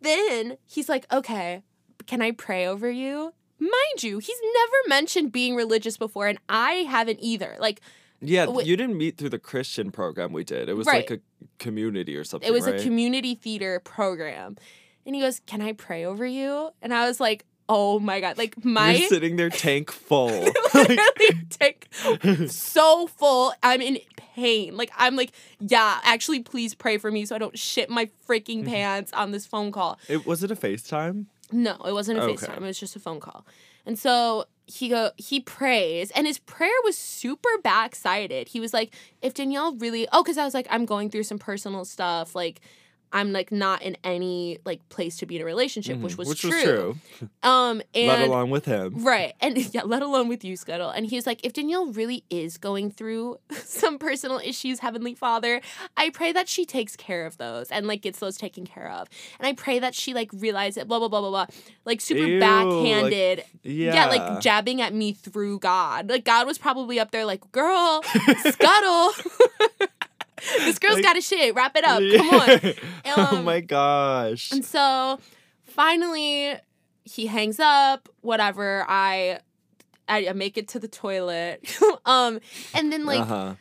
S4: then he's like, "Okay, can I pray over you?" Mind you, he's never mentioned being religious before and I haven't either. Like
S3: Yeah,
S4: Wait.
S3: you didn't meet through the Christian program we did. It was
S4: Right.
S3: like a community or something.
S4: it was
S3: right?
S4: a community theater program. And he goes, "Can I pray over you?" And I was like, "Oh my god." Like my
S3: You're sitting there tank full.
S4: literally take so full. I'm in pain. Like I'm like, yeah, actually please pray for me so I don't shit my freaking
S3: Mm-hmm.
S4: pants on this phone call.
S3: it was it a FaceTime?
S4: No, it wasn't a
S3: Okay.
S4: FaceTime. It was just a phone call. And so he go he prays and his prayer was super backsided. He was like, if Danielle really oh, because I was like, I'm going through some personal stuff, like I'm like not in any like place to be in a relationship, which
S3: Mhm.
S4: was
S3: Which
S4: true.
S3: was true.
S4: Um and
S3: Let alone with him.
S4: Right. And yeah, let alone with you, Scuttle. And he's like, if Danielle really is going through some personal issues, Heavenly Father, I pray that she takes care of those and like gets those taken care of. And I pray that she like realizes it, blah, blah, blah, blah, blah. Like super
S3: Ew, like,
S4: backhanded.
S3: Yeah.
S4: like jabbing at me through God. Like God was probably up there like, girl, Scuttle. this girl's
S3: Like-
S4: got a shit. Wrap it up. Come on.
S3: oh
S4: Um,
S3: my gosh.
S4: And so finally he hangs up, whatever. I I I make it to the toilet. um and then like
S3: uh-huh.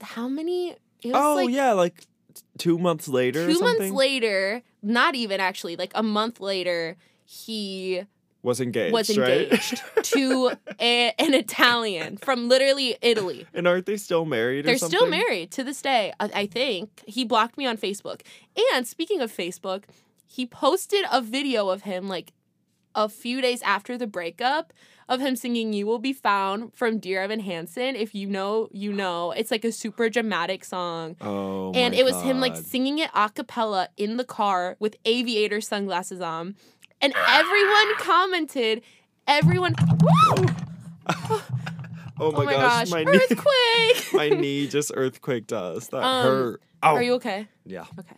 S4: how many it was
S3: Oh
S4: like
S3: yeah, like t- two months later. or
S4: two months
S3: something,
S4: later, not even actually, like a month later, he
S3: was engaged.
S4: was
S3: Right?
S4: engaged to a, an Italian from literally Italy.
S3: and aren't they still married?
S4: They're
S3: or something?
S4: still married to this day, I- I think. He blocked me on Facebook. And speaking of Facebook, he posted a video of him like a few days after the breakup of him singing You Will Be Found from Dear Evan Hansen. If you know, you know. It's like a super dramatic song.
S3: Oh.
S4: and
S3: my
S4: it was him like
S3: God.
S4: singing it a cappella in the car with aviator sunglasses on. And everyone commented, everyone, Woo!
S3: Oh my,
S4: oh my
S3: gosh,
S4: gosh,
S3: my knee,
S4: earthquake.
S3: my knee just earthquaked us. That
S4: Um,
S3: hurt. Oh.
S4: Are you okay?
S3: yeah.
S4: Okay.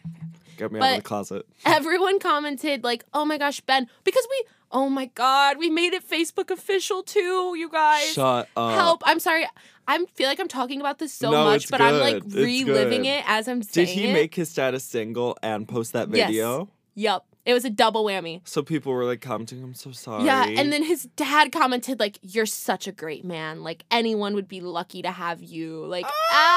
S3: Get me out of the
S4: But-
S3: closet.
S4: everyone commented like oh my gosh ben because we oh my god we made it facebook official too you guys
S3: Shut up.
S4: help i'm sorry I feel like I'm talking about this so
S3: No,
S4: much,
S3: it's
S4: but I'm like
S3: good. It's
S4: reliving
S3: good.
S4: it as I'm saying
S3: Did he
S4: it.
S3: make his status single and post that
S4: Yes.
S3: video?
S4: Yep. It was a double whammy.
S3: So people were like commenting, I'm so sorry.
S4: Yeah, and then his dad commented like, "You're such a great man. Like anyone would be lucky to have you." Like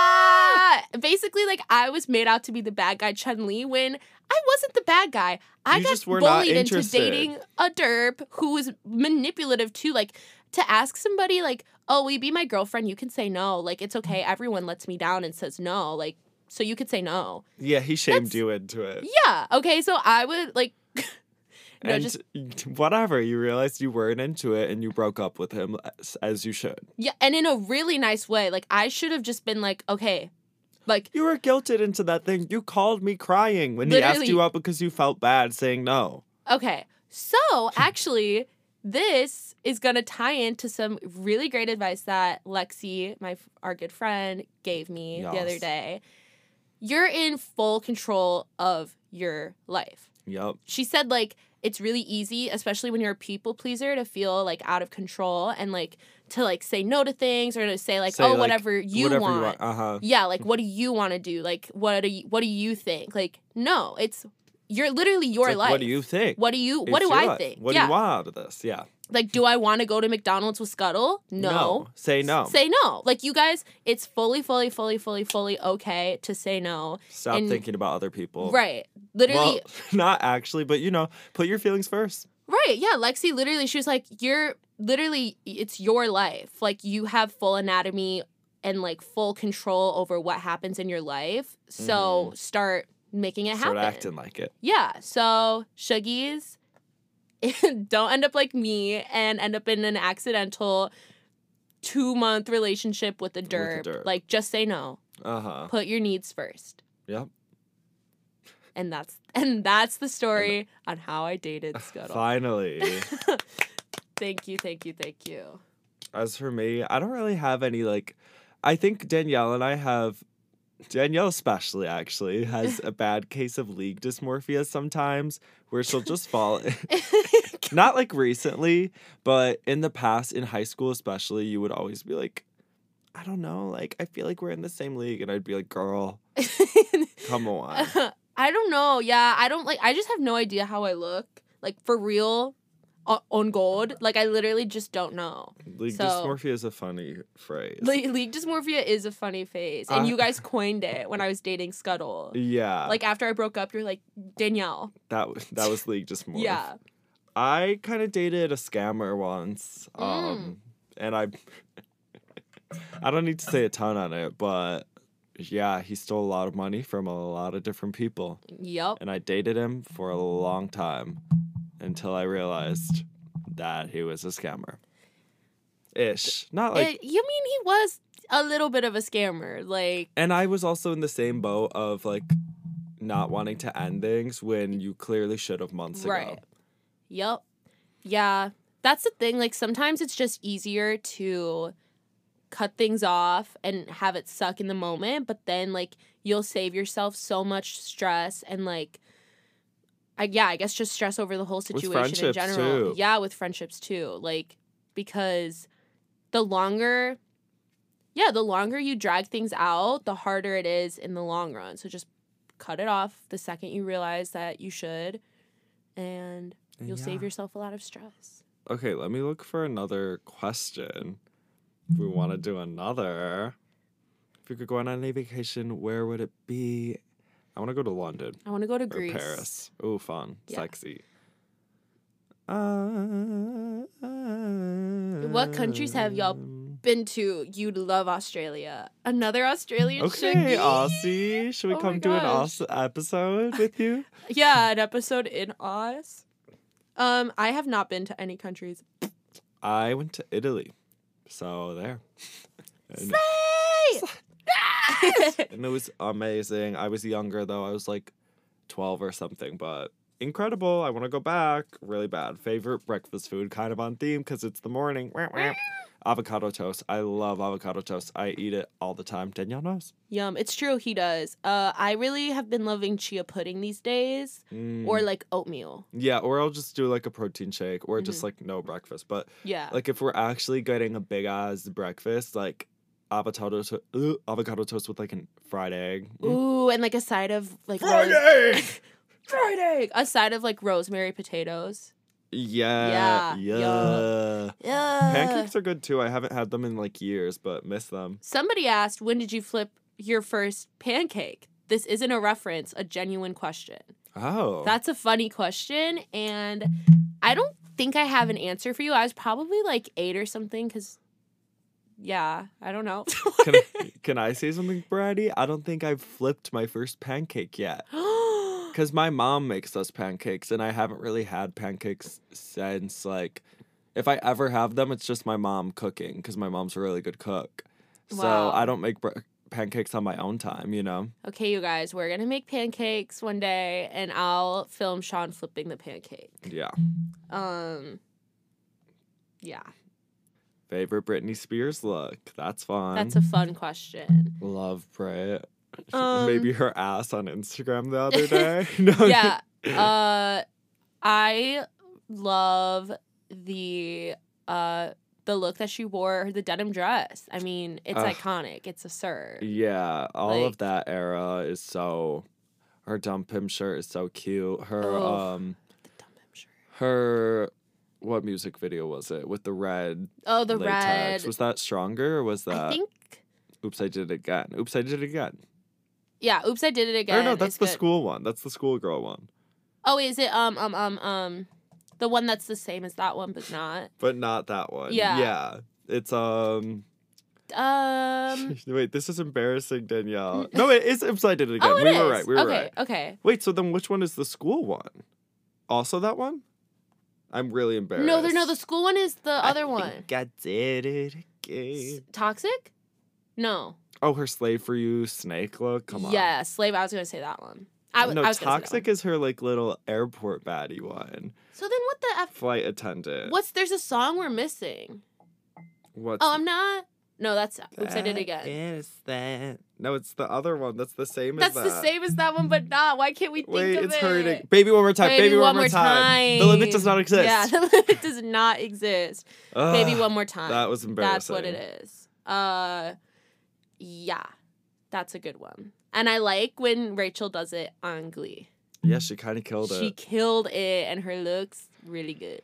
S4: ah, basically like I was made out to be the bad guy Chun Li when I wasn't the bad guy. I
S3: You
S4: got
S3: just were not
S4: bullied into
S3: interested.
S4: dating a derp who was manipulative too. Like to ask somebody like, "Oh, will you be my girlfriend?" You can say no. Like it's okay. Everyone lets me down and says no. Like so you could say no.
S3: Yeah, he shamed
S4: That's-
S3: you into it.
S4: Yeah. Okay. So I would like. no,
S3: and
S4: just-
S3: whatever, you realized you weren't into it and you broke up with him as, as you should.
S4: Yeah, and in a really nice way. Like I should have just been like, okay, like
S3: You were guilted into that thing. You called me crying when he asked
S4: Literally.
S3: you out because you felt bad saying no.
S4: okay. So actually, this is gonna tie into some really great advice that Lexi, my our good friend, gave me the other
S3: Yas.
S4: day. You're in full control of your life.
S3: Yep.
S4: She said like it's really easy, especially when you're a people pleaser, to feel like out of control and like to like say no to things or to say like
S3: Say,
S4: oh
S3: like,
S4: whatever you
S3: Whatever
S4: want.
S3: you want. Uh huh.
S4: yeah like what do you want to do like what do you what do you think like no it's you're literally your life
S3: What do you think?
S4: what do you what
S3: It's
S4: do
S3: your
S4: i
S3: life.
S4: think
S3: What
S4: yeah
S3: do you want out of this? Yeah.
S4: like do i want to go to mcdonald's with scuttle no,
S3: Say no.
S4: say no like you guys it's fully fully fully fully fully okay to say no
S3: Stop
S4: and-
S3: thinking about other people.
S4: right literally
S3: Well, not actually, but you know, put your feelings first.
S4: Right. Yeah. Lexi literally, she was like, you're literally, it's your life. Like, you have full anatomy and like full control over what happens in your life. So start making it
S3: Mm-hmm. Start
S4: happen.
S3: acting like it.
S4: Yeah. So, Shuggies, don't end up like me and end up in an accidental two month relationship with a
S3: the
S4: derp.
S3: derp.
S4: Like, just say no.
S3: Uh huh.
S4: Put your needs first.
S3: Yep.
S4: And that's and that's the story on how I dated Scuttle.
S3: Finally.
S4: Thank you, thank you, thank you.
S3: As for me, I don't really have any like. I think Danielle and I have. Danielle, especially, actually, has a bad case of league dysmorphia sometimes where she'll just fall. Not like recently, but in the past, in high school especially, you would always be like, I don't know, like, I feel like we're in the same league. And I'd be like, girl, come on.
S4: I don't know. Yeah, I don't like. I just have no idea how I look. Like for real, o- on gold. Like I literally just don't know.
S3: League
S4: So-
S3: dysmorphia is a funny phrase.
S4: Le- league dysmorphia is a funny phase, and
S3: I-
S4: you guys coined it when I was dating Scuttle.
S3: Uh, yeah.
S4: Like after I broke up, you're like Danielle.
S3: that was that was league dysmorphia.
S4: Yeah.
S3: I kind of dated a scammer once.
S4: Mm.
S3: Um and I I don't need to say a ton on it, but yeah, he stole a lot of money from a lot of different people.
S4: Yep.
S3: And I dated him for a long time until I realized that he was a scammer. Ish. Not like
S4: It- Eh, you mean he was a little bit of a scammer? Like
S3: And I was also in the same boat of like not wanting to end things when you clearly should have months
S4: Right.
S3: ago.
S4: Yep. Yeah. That's the thing. Like sometimes it's just easier to cut things off and have it suck in the moment, but then like you'll save yourself so much stress and like I yeah, I guess just stress over the whole situation in
S3: friendships,
S4: general.
S3: too.
S4: Yeah, with friendships too. Like because the longer yeah, the longer you drag things out, the harder it is in the long run. So just cut it off the second you realize that you should and
S3: And
S4: You'll
S3: yeah.
S4: save yourself a lot of stress.
S3: Okay, let me look for another question. If we want to do another, if you could go on any vacation, where would it be? I want to go to London
S4: I want to go to
S3: or
S4: Greece.
S3: Paris. Ooh, fun,
S4: Yeah.
S3: sexy. What
S4: What countries have y'all
S3: Um,
S4: Been to, you'd love Australia. Another Australian
S3: Okay,
S4: Shuggy.
S3: Aussie, should we
S4: Oh my
S3: come do an
S4: gosh.
S3: Aussie episode with you?
S4: Yeah, an episode in Oz. Um, I have not been to any countries.
S3: I went to Italy, so there. And, and it was amazing. I was younger though; I was like twelve or something, but incredible. I want to go back really bad. Favorite breakfast food, kind of on theme because it's the morning. Wah, wah. avocado toast. I love avocado toast. I eat it all the time. Danielle knows.
S4: Yum. It's true, he does. Uh, I really have been loving chia pudding these days,
S3: Mm.
S4: or like oatmeal.
S3: yeah, or I'll just do like a protein shake, or just like no breakfast, but
S4: Mm-hmm. Yeah.
S3: Like if we're actually getting a big ass breakfast, like avocado to- uh, avocado toast with like a fried egg. Mm.
S4: Ooh, and like a side of like
S3: Fried
S4: rose-
S3: egg.
S4: fried egg. A side of like rosemary potatoes.
S3: Yeah.
S4: Yeah,
S3: Yeah.
S4: Yeah.
S3: Pancakes are good too. I haven't had them in like years, but miss them.
S4: Somebody asked, when did you flip your first pancake? This isn't a reference, a genuine question.
S3: Oh.
S4: That's a funny question. And I don't think I have an answer for you. I was probably like eight or something because, yeah, I don't know.
S3: can, I, can I say something, Brady? I don't think I've flipped my first pancake yet. Because my mom makes us pancakes, and I haven't really had pancakes since, like, if I ever have them, it's just my mom cooking, because my mom's a really good cook.
S4: Wow.
S3: So I don't make br- pancakes on my own time, you know?
S4: okay, you guys, we're going to make pancakes one day and I'll film Sean flipping the pancake.
S3: Yeah.
S4: Um, yeah,
S3: Favorite Britney Spears look? That's fun.
S4: that's a fun question.
S3: Love Brit.
S4: Um,
S3: Maybe her ass on Instagram the other day. no,
S4: yeah. Uh, I love the uh the look that she wore, the denim dress. I mean, it's
S3: Ugh.
S4: iconic. It's a serve.
S3: Yeah, all of
S4: Like-
S3: that era is so. Her dumb pimp shirt is so cute. Her
S4: Oh.
S3: um, her what music video was it with the red
S4: Oh, the
S3: latex?
S4: red.
S3: Was that stronger or was that?
S4: I think.
S3: Oops, I did it again. Oops, I did it again.
S4: Yeah. Oops, I did it
S3: Oh
S4: again.
S3: or no, that's
S4: is
S3: the
S4: good.
S3: school one. That's the schoolgirl one,
S4: Oh, is it um um um um, the one that's the same as that one but not
S3: but not that one.
S4: Yeah.
S3: yeah. It's um.
S4: um.
S3: wait, this is embarrassing, Danielle. no, it is. Oops, I did it again.
S4: oh, it
S3: we
S4: is.
S3: were right. We were
S4: okay.
S3: right.
S4: Okay.
S3: Wait, so then which one is the school one? Also that one? I'm really embarrassed.
S4: No, there. No, the school one is the
S3: I
S4: other
S3: think
S4: one.
S3: I did it
S4: S-
S3: again.
S4: Toxic. No.
S3: Oh, her slave for you snake look. Come on.
S4: Yeah, slave. I was gonna say that one. I, w-
S3: no,
S4: I was gonna say that
S3: toxic is her like little airport baddie one.
S4: one. So then, what the f?
S3: Flight attendant.
S4: What's there's a song we're missing?
S3: What's
S4: Oh, I'm not. No, that's oops. I did it again.
S3: Is that? No, it's the other one. That's the same
S4: That's
S3: as that.
S4: the same as that one, but not. Why can't we think
S3: Wait,
S4: of
S3: it's
S4: it?
S3: hurting. Baby one more time. Baby, one, more time. The limit does not exist.
S4: Yeah, the limit does not exist. Baby
S3: Ugh,
S4: one more time.
S3: That was embarrassing.
S4: That's what it is. Uh, yeah, that's a good one. And I like when Rachel does it on Glee.
S3: Yeah, she kind of killed it.
S4: She killed it, and her looks really good.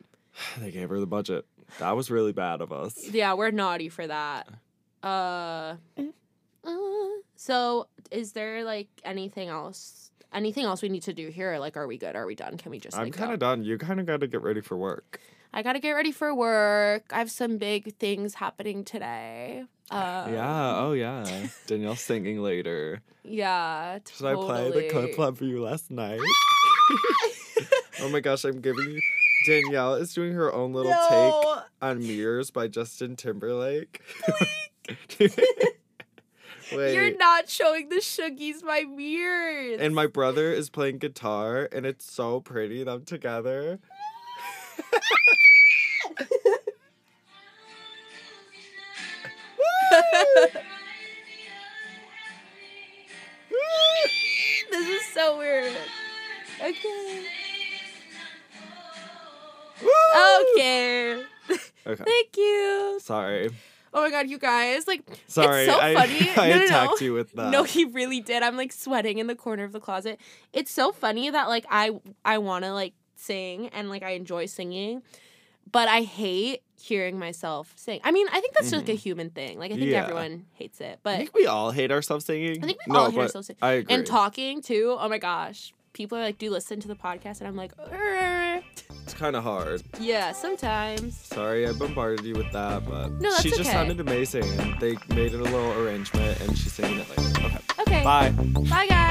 S3: They gave her the budget. That was really bad of us.
S4: Yeah, we're naughty for that. Uh, uh, so is there like anything else? Anything else we need to do here? Like, are we good? Are we done? Can we just?
S3: I'm
S4: like,
S3: kind
S4: go?
S3: of done. You kind of got to get ready for work.
S4: I gotta get ready for work. I have some big things happening today. Uh,
S3: yeah. Oh, yeah. Danielle's singing later.
S4: Yeah.
S3: Should I play the
S4: totally.
S3: clip club for you last night? oh my gosh, I'm giving you. Danielle is doing her own little take
S4: No.
S3: on Mirrors by Justin Timberlake. Wait.
S4: You're not showing the Shuggies my mirrors.
S3: and my brother is playing guitar, and it's so pretty them together.
S4: this is so weird. Okay.
S3: Woo!
S4: Okay.
S3: Okay.
S4: Thank you.
S3: Sorry.
S4: Oh my god, you guys. Like
S3: Sorry.
S4: It's so
S3: I,
S4: funny.
S3: I
S4: No, no, no.
S3: attacked you with that.
S4: no, he really did. I'm like sweating in the corner of the closet. It's so funny that like I I want to like sing and like I enjoy singing, but I hate hearing myself sing. I mean, I think that's just like a human thing. Like I think
S3: Yeah.
S4: everyone hates it,
S3: I
S4: but
S3: think we all hate ourselves singing.
S4: I think we
S3: no,
S4: all hate
S3: but
S4: ourselves sing-
S3: I agree.
S4: and talking too. Oh my gosh. People are like, do you listen to the podcast? And I'm like, "Err."
S3: It's kind of hard.
S4: yeah, sometimes.
S3: Sorry, I bombarded you with that, but
S4: No, that's
S3: she just
S4: okay.
S3: sounded amazing, and they made it a little arrangement, and she's singing it later. Okay,
S4: Okay.
S3: bye.
S4: Bye guys.